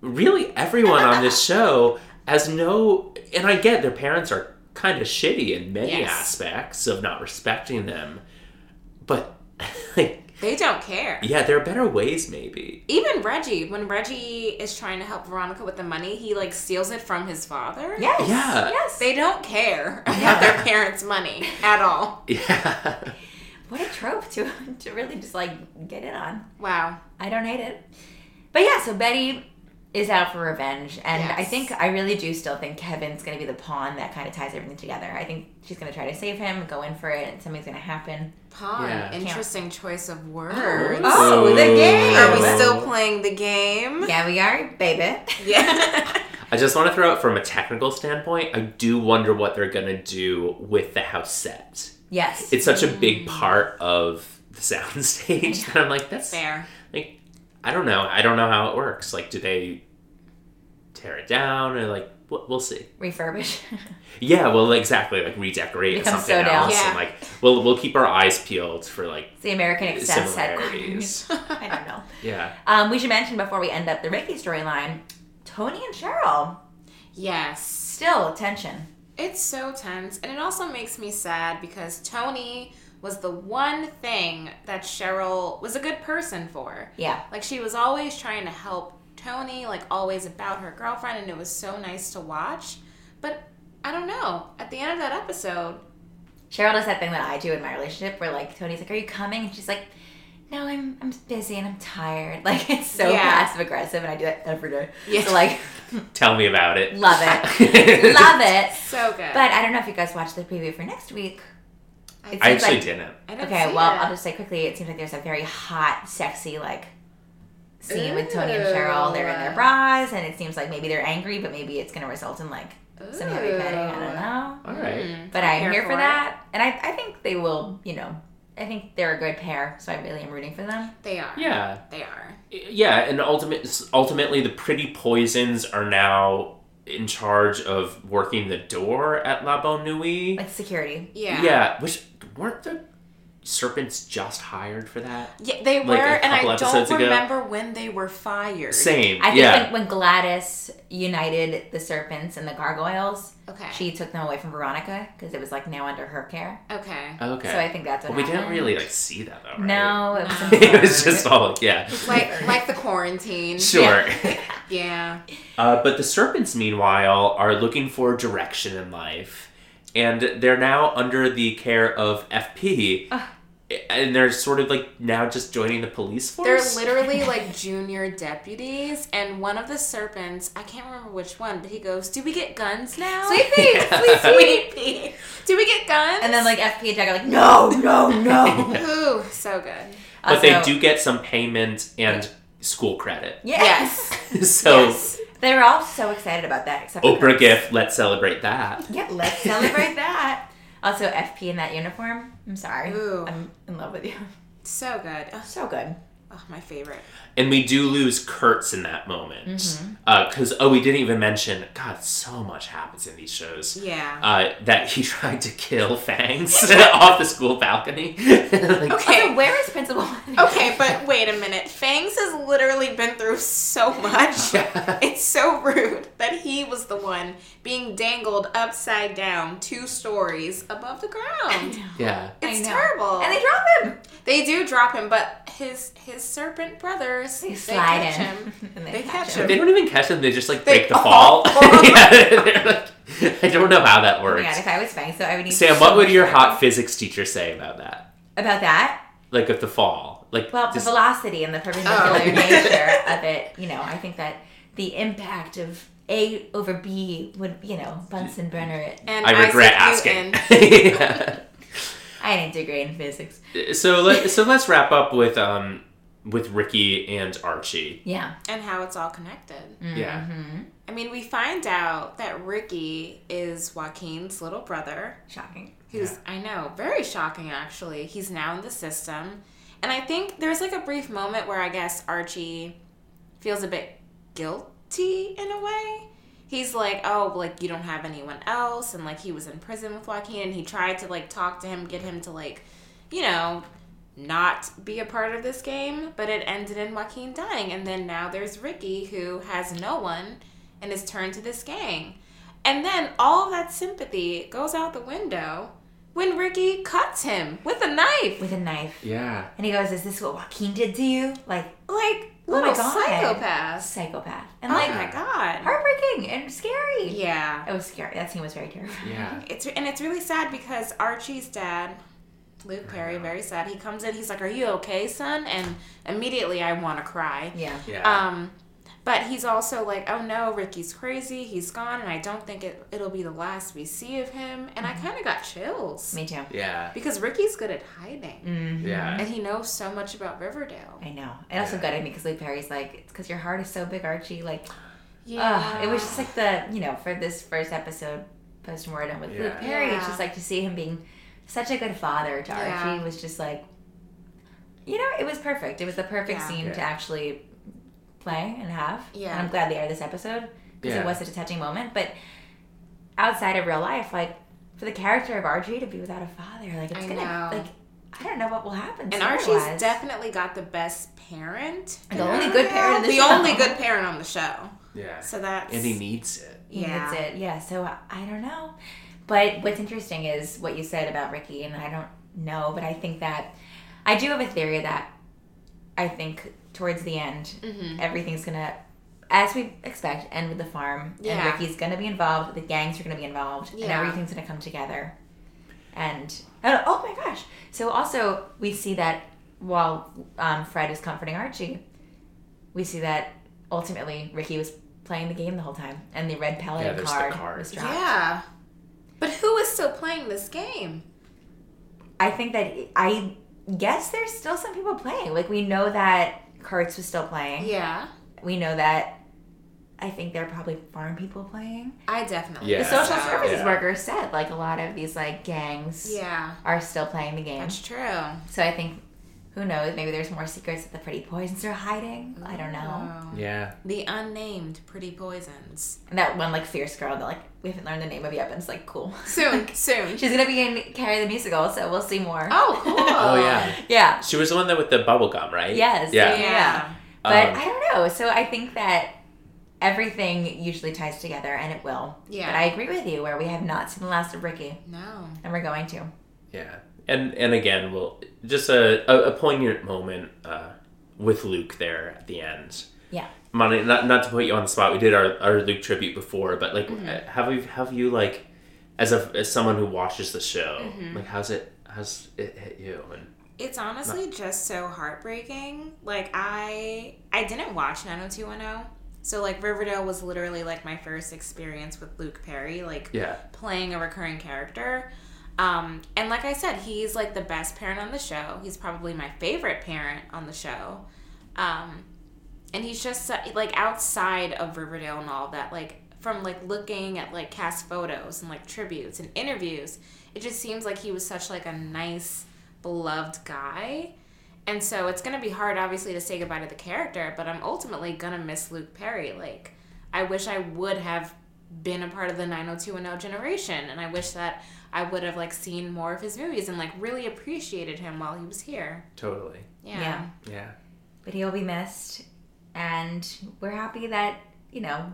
Speaker 1: really, everyone on this show has no, and I get their parents are kind of shitty in many
Speaker 4: Yes.
Speaker 1: aspects of not respecting them, but like,
Speaker 4: They don't care.
Speaker 1: yeah, there are better ways, maybe.
Speaker 4: Even Reggie, when Reggie is trying to help Veronica with the money, he like steals it from his father.
Speaker 2: yes,
Speaker 1: Yeah.
Speaker 2: yes.
Speaker 4: They don't care about their parents' money at all.
Speaker 1: Yeah,
Speaker 2: What a trope to to really just like get in on.
Speaker 4: Wow.
Speaker 2: I don't hate it. But yeah, so Betty is out for revenge, and I
Speaker 4: Yes.
Speaker 2: think I really do still think Kevin's going to be the pawn that kind of ties everything together. I think she's going to try to save him, go in for it, and something's going to happen.
Speaker 4: Pawn.
Speaker 1: Yeah.
Speaker 4: Interesting choice of words.
Speaker 2: Oh, the game!
Speaker 4: Are we
Speaker 1: Oh.
Speaker 4: still playing the game?
Speaker 2: Yeah, we are, baby.
Speaker 4: Yeah.
Speaker 1: I just want to throw out from a technical standpoint. I do wonder what they're gonna do with the house set.
Speaker 2: Yes,
Speaker 1: It's such a
Speaker 2: Hmm.
Speaker 1: big part of the soundstage that I'm like, that's
Speaker 4: Fair.
Speaker 1: like i don't know i don't know how it works like do they tear it down or like we'll, we'll see
Speaker 2: refurbish.
Speaker 1: yeah well exactly like redecorate
Speaker 2: Become
Speaker 1: something
Speaker 2: so down.
Speaker 1: else
Speaker 4: Yeah.
Speaker 1: and like we'll we'll keep our eyes peeled for like
Speaker 2: it's the American Excess headquarters.
Speaker 1: similarities
Speaker 2: I don't know.
Speaker 1: yeah
Speaker 2: Um, we should mention before we end up the Ricky storyline, Tony and Cheryl
Speaker 4: Yes.
Speaker 2: still tension.
Speaker 4: It's so tense. And it also makes me sad because Tony was the one thing that Cheryl was a good person for.
Speaker 2: Yeah.
Speaker 4: Like, she was always trying to help Tony, like, always about her girlfriend, and it was so nice to watch. But I don't know. At the end of that episode,
Speaker 2: Cheryl does that thing that I do in my relationship where like Tony's like, Are you coming? And she's like, No, I'm I'm busy and I'm tired. Like it's so
Speaker 4: Yeah.
Speaker 2: passive aggressive and I do that every day.
Speaker 4: Yeah.
Speaker 2: So like
Speaker 1: tell me about it
Speaker 2: love it. love it.
Speaker 4: so good.
Speaker 2: But I don't know if you guys watched the preview for next week. It
Speaker 1: i
Speaker 2: seems
Speaker 1: actually
Speaker 2: like,
Speaker 1: didn't
Speaker 4: I didn't
Speaker 2: Okay,
Speaker 4: see
Speaker 2: well
Speaker 4: it.
Speaker 2: I'll just say quickly, it seems like there's a very hot, sexy like scene with Tony and Cheryl. They're in their
Speaker 4: Ooh.
Speaker 2: bras and it seems like maybe they're angry, but maybe it's gonna result in like some heavy
Speaker 4: Ooh.
Speaker 2: petting. I don't know.
Speaker 1: all right
Speaker 4: Mm,
Speaker 2: But I'm here, for, that, and I, I think they will. You know, I think they're a good pair, so I really am rooting for them.
Speaker 4: it. They are.
Speaker 1: yeah
Speaker 4: They are.
Speaker 1: yeah and ultimate, ultimately the pretty poisons are now in charge of working the door at la bonne nuit
Speaker 2: Like security,
Speaker 4: Yeah.
Speaker 1: which weren't the serpents just hired for that?
Speaker 4: Yeah, they were,
Speaker 1: Like, a
Speaker 4: and
Speaker 1: couple
Speaker 4: I
Speaker 1: episodes
Speaker 4: don't
Speaker 1: ago.
Speaker 4: remember when they were fired.
Speaker 1: Same.
Speaker 2: I think
Speaker 1: yeah.
Speaker 2: like when Gladys united the serpents and the gargoyles,
Speaker 4: Okay.
Speaker 2: she took them away from Veronica because it was like now under her care.
Speaker 4: okay.
Speaker 1: Oh, okay.
Speaker 2: So I think that's what
Speaker 1: but we
Speaker 2: happened.
Speaker 1: didn't really like see that though. Right?
Speaker 2: No, it was.
Speaker 1: it was
Speaker 2: inferred.
Speaker 1: just all like yeah.
Speaker 4: like like the quarantine.
Speaker 1: Sure.
Speaker 4: Yeah.
Speaker 1: uh, but the serpents, meanwhile, are looking for direction in life, and they're now under the care of FP, and they're sort of like now just joining the police
Speaker 4: They're
Speaker 1: force.
Speaker 4: literally like junior deputies, and one of the serpents, I can't remember which one, but he goes, Do we get guns now?
Speaker 2: Sleepy,
Speaker 1: Yeah.
Speaker 2: sleepy.
Speaker 4: Sleepy. Do we get guns?
Speaker 2: And then like FP and Jack are like, no, no, no.
Speaker 4: Ooh, so good.
Speaker 1: Oh. but they
Speaker 2: Also-
Speaker 1: do get some payment and school credit.
Speaker 2: Yes.
Speaker 1: so
Speaker 4: Yes.
Speaker 2: They were all so excited about that. Except for
Speaker 1: Oh. Oprah
Speaker 2: Kurt.
Speaker 1: gift, let's celebrate that.
Speaker 2: Yep, let's celebrate that. Also, FP in that uniform. I'm sorry.
Speaker 4: Ooh.
Speaker 2: I'm in love with you.
Speaker 4: So good. Ugh,
Speaker 2: So good.
Speaker 4: Oh, my favorite.
Speaker 1: And we do lose Kurtz in that moment.
Speaker 4: Mm-hmm.
Speaker 1: Because, oh, we didn't even mention, God, so much happens in these shows.
Speaker 4: Yeah.
Speaker 1: Uh, that he tried to kill Fangs off the school balcony. Like,
Speaker 4: Okay.
Speaker 2: Also, where is Principal? Wonder?
Speaker 4: Okay, but wait a minute. Fangs has literally been through so much.
Speaker 1: Yeah.
Speaker 4: It's so rude that he was the one being dangled upside down two stories above the ground.
Speaker 1: yeah.
Speaker 2: I
Speaker 4: It's
Speaker 2: know.
Speaker 4: terrible.
Speaker 2: And they drop him.
Speaker 4: They do drop him, but his his serpent brothers
Speaker 2: They slide
Speaker 4: catch
Speaker 2: in.
Speaker 4: him.
Speaker 2: and
Speaker 4: They catch him.
Speaker 1: They don't even catch them, they just like
Speaker 4: They
Speaker 1: break the
Speaker 4: all
Speaker 1: fall. yeah, they're like, I don't know how that
Speaker 2: Oh my
Speaker 1: works.
Speaker 2: god, if I was Fang, so I would need
Speaker 1: Sam,
Speaker 2: so
Speaker 1: what would
Speaker 2: much
Speaker 1: your
Speaker 2: help.
Speaker 1: hot physics teacher say about that?
Speaker 2: about that?
Speaker 1: Like, of the fall? Like,
Speaker 2: Well,
Speaker 1: just-
Speaker 2: the velocity and the perpendicular
Speaker 4: Oh.
Speaker 2: nature of it, you know, I think that the impact of A over B would, you know, Bunsen burner it.
Speaker 4: And
Speaker 1: I regret
Speaker 4: Isaac
Speaker 1: asking.
Speaker 4: Newton.
Speaker 1: Yeah.
Speaker 2: I didn't degree in physics.
Speaker 1: So let so let's wrap up with um with Ricky and Archie.
Speaker 2: Yeah.
Speaker 4: And how it's all connected.
Speaker 1: Yeah.
Speaker 2: hmm
Speaker 4: I mean, we find out that Ricky is Joaquin's little brother.
Speaker 2: Shocking.
Speaker 4: who's I know very shocking actually. He's now in the system, and I think there's like a brief moment where I guess Archie feels a bit guilty in a way. He's like, oh, like you don't have anyone else, and like he was in prison with Joaquin, and he tried to like talk to him, get him to like, you know, not be a part of this game, but it ended in Joaquin dying, and then now there's Ricky who has no one and is turned to this gang. And then all of that sympathy goes out the window when Ricky cuts him with a knife.
Speaker 2: With a knife.
Speaker 1: Yeah.
Speaker 2: And he goes, Is this what Joaquin did to you? Like,
Speaker 4: Like
Speaker 2: Oh my
Speaker 4: little
Speaker 2: God.
Speaker 4: psychopaths.
Speaker 2: psychopath.
Speaker 4: Oh
Speaker 2: And like,
Speaker 4: my god.
Speaker 2: heartbreaking and scary.
Speaker 4: Yeah.
Speaker 2: It was scary. That scene was very terrifying.
Speaker 1: Yeah.
Speaker 4: It's and it's really sad because Archie's dad, Luke Perry, very sad. He comes in, he's like, Are you okay, son? And immediately I wanna cry.
Speaker 2: Yeah.
Speaker 1: Yeah.
Speaker 4: Um, but he's also like, oh no, Ricky's crazy. He's gone, and I don't think it, it'll be the last we see of him. And I kind of got chills
Speaker 2: Mm-hmm. Me too.
Speaker 1: yeah.
Speaker 4: because Ricky's good at hiding,
Speaker 2: Mhm.
Speaker 1: Yeah.
Speaker 4: and he knows so much about Riverdale.
Speaker 2: I know. It also
Speaker 1: Yeah.
Speaker 2: gutted me because Luke Perry's like, it's because your heart is so big, Archie. Like,
Speaker 4: Yeah,
Speaker 2: ugh. it was just like the, you know, for this first episode postmortem with Luke
Speaker 1: Yeah.
Speaker 2: Perry, it's
Speaker 4: Yeah.
Speaker 2: just like to see him being such a good father to
Speaker 4: Yeah.
Speaker 2: Archie was just like, you know, it was perfect. It was the perfect
Speaker 4: Yeah.
Speaker 2: scene to
Speaker 1: Yeah.
Speaker 2: actually play and have.
Speaker 4: Yeah.
Speaker 2: And I'm glad they aired this episode because
Speaker 1: Yeah.
Speaker 2: it was such a touching moment. But outside of real life, like, for the character of Archie to be without a father, like, it's
Speaker 4: I
Speaker 2: gonna,
Speaker 4: know.
Speaker 2: like, I don't know what will happen.
Speaker 4: and Archie's
Speaker 2: story-wise.
Speaker 4: definitely got the best parent.
Speaker 2: The only good parent in the
Speaker 4: the
Speaker 2: show.
Speaker 4: only good parent on the show.
Speaker 1: Yeah.
Speaker 4: So that's
Speaker 1: And he needs it.
Speaker 2: Yeah. That's it. Yeah. So uh, I- I don't know. But what's interesting is what you said about Ricky, and I don't know, but I think that I do have a theory that I think towards the end,
Speaker 4: Mhm.
Speaker 2: Mm-hmm. everything's going to, as we expect, end with the farm. And
Speaker 4: Yeah.
Speaker 2: Ricky's going to be involved, the gangs are going to be involved, and
Speaker 4: Yeah.
Speaker 2: everything's going to come together. And oh, oh my gosh. So also, we see that while um, Fred is comforting Archie, we see that ultimately Ricky was playing the game the whole time, and the red
Speaker 1: Yeah,
Speaker 2: paladin
Speaker 1: there's the
Speaker 2: card,
Speaker 1: card.
Speaker 2: was dropped.
Speaker 4: Yeah. But who is still playing this game?
Speaker 2: I think that I guess there's still some people playing. Like we know that Kurtz was still playing.
Speaker 4: Yeah,
Speaker 2: We know that. I think there are probably farm people playing.
Speaker 4: I definitely.
Speaker 1: Yeah.
Speaker 2: The social
Speaker 4: So-
Speaker 2: services
Speaker 1: Yeah.
Speaker 2: workers said like a lot of these like gangs
Speaker 4: Yeah,
Speaker 2: are still playing the game.
Speaker 4: that's true.
Speaker 2: So I think who knows? Maybe there's more secrets that the pretty poisons are hiding. I don't know.
Speaker 4: Wow.
Speaker 1: Yeah.
Speaker 4: The unnamed pretty poisons.
Speaker 2: And that one like fierce girl that like we haven't learned the name of yet, but it's like cool.
Speaker 4: Soon, soon.
Speaker 2: She's gonna be in Carrie the musical, so we'll see more.
Speaker 4: Oh, cool.
Speaker 1: Oh yeah.
Speaker 2: yeah.
Speaker 1: She was the one that with the bubble gum, right?
Speaker 2: Yes.
Speaker 1: Yeah.
Speaker 4: Yeah.
Speaker 2: But
Speaker 1: Um,
Speaker 2: I don't know. So I think that everything usually ties together, and it will. But I
Speaker 4: Yeah.
Speaker 2: agree with you, where we have not seen the last of Ricky,
Speaker 4: No.
Speaker 2: and we're going to.
Speaker 1: Yeah. And and again, we'll just a, a, a poignant moment uh, with Luke there at the end.
Speaker 2: Yeah.
Speaker 1: Monty, not not to put you on the spot, we did our, our Luke tribute before, but like,
Speaker 2: Mm-hmm.
Speaker 1: uh, have we have you like,
Speaker 2: Mm-hmm.
Speaker 1: as a as someone who watches the show, like, how's it how's it hit you? And
Speaker 4: It's honestly just so heartbreaking. Like I I didn't watch 90210. So like Riverdale was literally like my first experience with Luke Perry like
Speaker 1: Yeah.
Speaker 4: playing a recurring character. Um, and like I said, he's like the best parent on the show. He's probably my favorite parent on the show. Um, and he's just so- like outside of Riverdale and all that, like from like looking at like cast photos and like tributes and interviews, it just seems like he was such like a nice, beloved guy. And so it's gonna be hard, obviously, to say goodbye to the character, but I'm ultimately gonna miss Luke Perry. Like, I wish I would have been a part of the 90210 generation, and I wish that I would have like seen more of his movies and like really appreciated him while he was here.
Speaker 1: Totally.
Speaker 4: Yeah.
Speaker 2: Yeah.
Speaker 1: Yeah.
Speaker 2: But he'll be missed, and we're happy that you know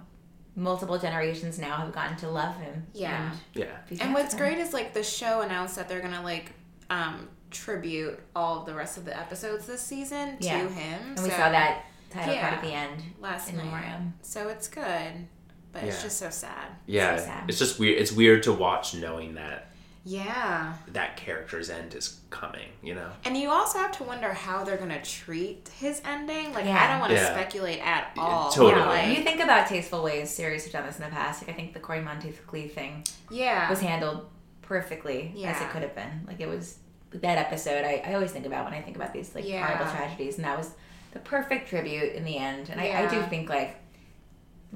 Speaker 2: multiple generations now have gotten to love him.
Speaker 4: Yeah.
Speaker 2: and
Speaker 1: Yeah.
Speaker 2: be
Speaker 4: And
Speaker 2: friends
Speaker 4: what's
Speaker 2: with him.
Speaker 4: great is like the show announced that they're gonna like um tribute all of the rest of the episodes this season
Speaker 2: Yeah.
Speaker 4: to him.
Speaker 2: and we saw that title card
Speaker 4: Yeah.
Speaker 2: at the end.
Speaker 4: last
Speaker 2: in
Speaker 4: night.
Speaker 2: memoriam.
Speaker 4: So it's good. But
Speaker 1: Yeah.
Speaker 4: it's just so sad.
Speaker 1: Yeah.
Speaker 2: So sad.
Speaker 1: it's just weird. It's weird to watch knowing that
Speaker 4: Yeah.
Speaker 1: that character's end is coming, you know?
Speaker 4: And you also have to wonder how they're gonna treat his ending. Like
Speaker 2: Yeah.
Speaker 4: I don't wanna
Speaker 1: Yeah.
Speaker 4: speculate at
Speaker 1: Yeah,
Speaker 4: all.
Speaker 1: totally.
Speaker 4: but,
Speaker 2: Yeah,
Speaker 4: like-
Speaker 2: you think about tasteful ways series have done this in the past. Like I think the Cory Monteith Glee thing
Speaker 4: yeah.
Speaker 2: was handled perfectly as
Speaker 4: Yeah.
Speaker 2: it could have been. Like it was that episode I, I always think about when I think about these like
Speaker 4: Yeah.
Speaker 2: horrible tragedies, and that was the perfect tribute in the end. And I, I do
Speaker 4: Yeah.
Speaker 2: think like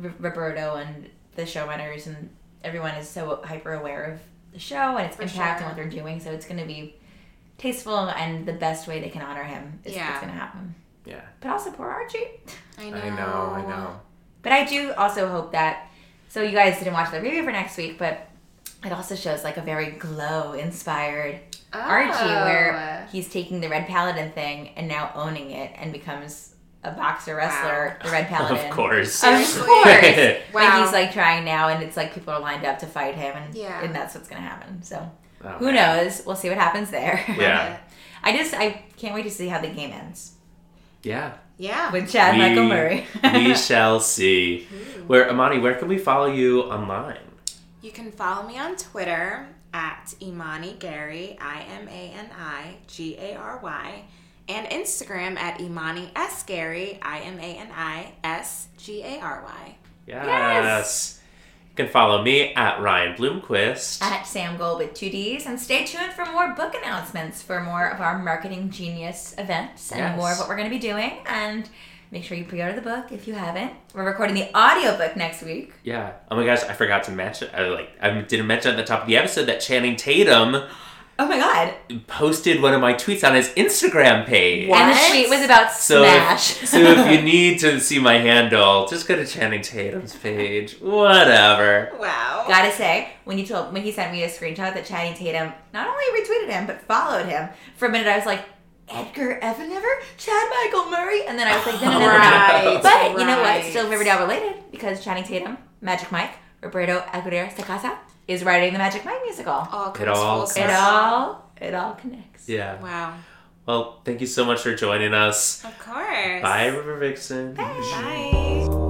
Speaker 2: R- Roberto and the showrunners and everyone is so hyper aware of the show and its
Speaker 4: For
Speaker 2: impact and
Speaker 4: sure.
Speaker 2: what they're doing, so it's going to be tasteful and the best way they can honor him is
Speaker 4: Yeah.
Speaker 2: what's going to happen.
Speaker 1: Yeah.
Speaker 2: But also poor Archie.
Speaker 4: I know.
Speaker 1: I know, I know.
Speaker 2: But I do also hope that. So you guys didn't watch the review for next week, but it also shows like a very glow inspired
Speaker 4: Oh.
Speaker 2: Archie, where he's taking the Red Paladin thing and now owning it and becomes a boxer wrestler, the Red Paladin.
Speaker 1: Of course.
Speaker 2: Of
Speaker 4: Seriously?
Speaker 2: course. Like
Speaker 4: Wow.
Speaker 2: he's like trying now, and it's like people are lined up to fight him, and
Speaker 4: Yeah.
Speaker 2: and that's what's gonna happen. So
Speaker 1: Oh,
Speaker 2: who knows? We'll see what happens there.
Speaker 1: Yeah.
Speaker 2: I just I can't wait to see how the game ends
Speaker 1: Yeah.
Speaker 4: Yeah.
Speaker 2: with Chad
Speaker 1: We-
Speaker 2: Michael Murray.
Speaker 1: we shall see. Where Amani, where can we follow you online?
Speaker 4: You can follow me on Twitter at Imani Gary, I M A N I G A R Y, and Instagram at Imani S Gary, I M A N I S G A R Y.
Speaker 1: Yes.
Speaker 2: Yes.
Speaker 1: You can follow me at Ryan Bloomquist.
Speaker 2: at Sam Gold with two D's, and stay tuned for more book announcements for more of our marketing genius events and
Speaker 1: Yes.
Speaker 2: more of what we're going to be doing. And make sure you pre-order the book if you haven't. We're recording the audiobook next week.
Speaker 1: yeah. Oh my gosh, I forgot to mention. I like I didn't mention at the top of the episode that Channing Tatum
Speaker 2: Oh my god!
Speaker 1: posted one of my tweets on his Instagram page.
Speaker 2: And the
Speaker 4: What?
Speaker 2: tweet was about
Speaker 1: So if,
Speaker 2: Smash.
Speaker 1: so if you need to see my handle, just go to Channing Tatum's page. Whatever.
Speaker 4: Wow.
Speaker 2: Gotta say, when you told when he sent me a screenshot that Channing Tatum not only retweeted him but followed him for a minute, I was like, Edgar Evanever, Chad Michael Murray, and then I was like, no, no, no, no, no.
Speaker 1: Right,
Speaker 2: But you know what?
Speaker 4: right.
Speaker 2: Still Riverdale related because Channing Tatum, Magic Mike, Roberto Aguirre Sacasa is writing the Magic Mike musical.
Speaker 4: all comes
Speaker 1: all
Speaker 4: full
Speaker 1: comes-
Speaker 2: It
Speaker 4: circle.
Speaker 2: all it all connects.
Speaker 1: Yeah.
Speaker 4: Wow.
Speaker 1: Well, thank you so much for joining us.
Speaker 4: Of course.
Speaker 1: Bye, River Vixen.
Speaker 4: Bye.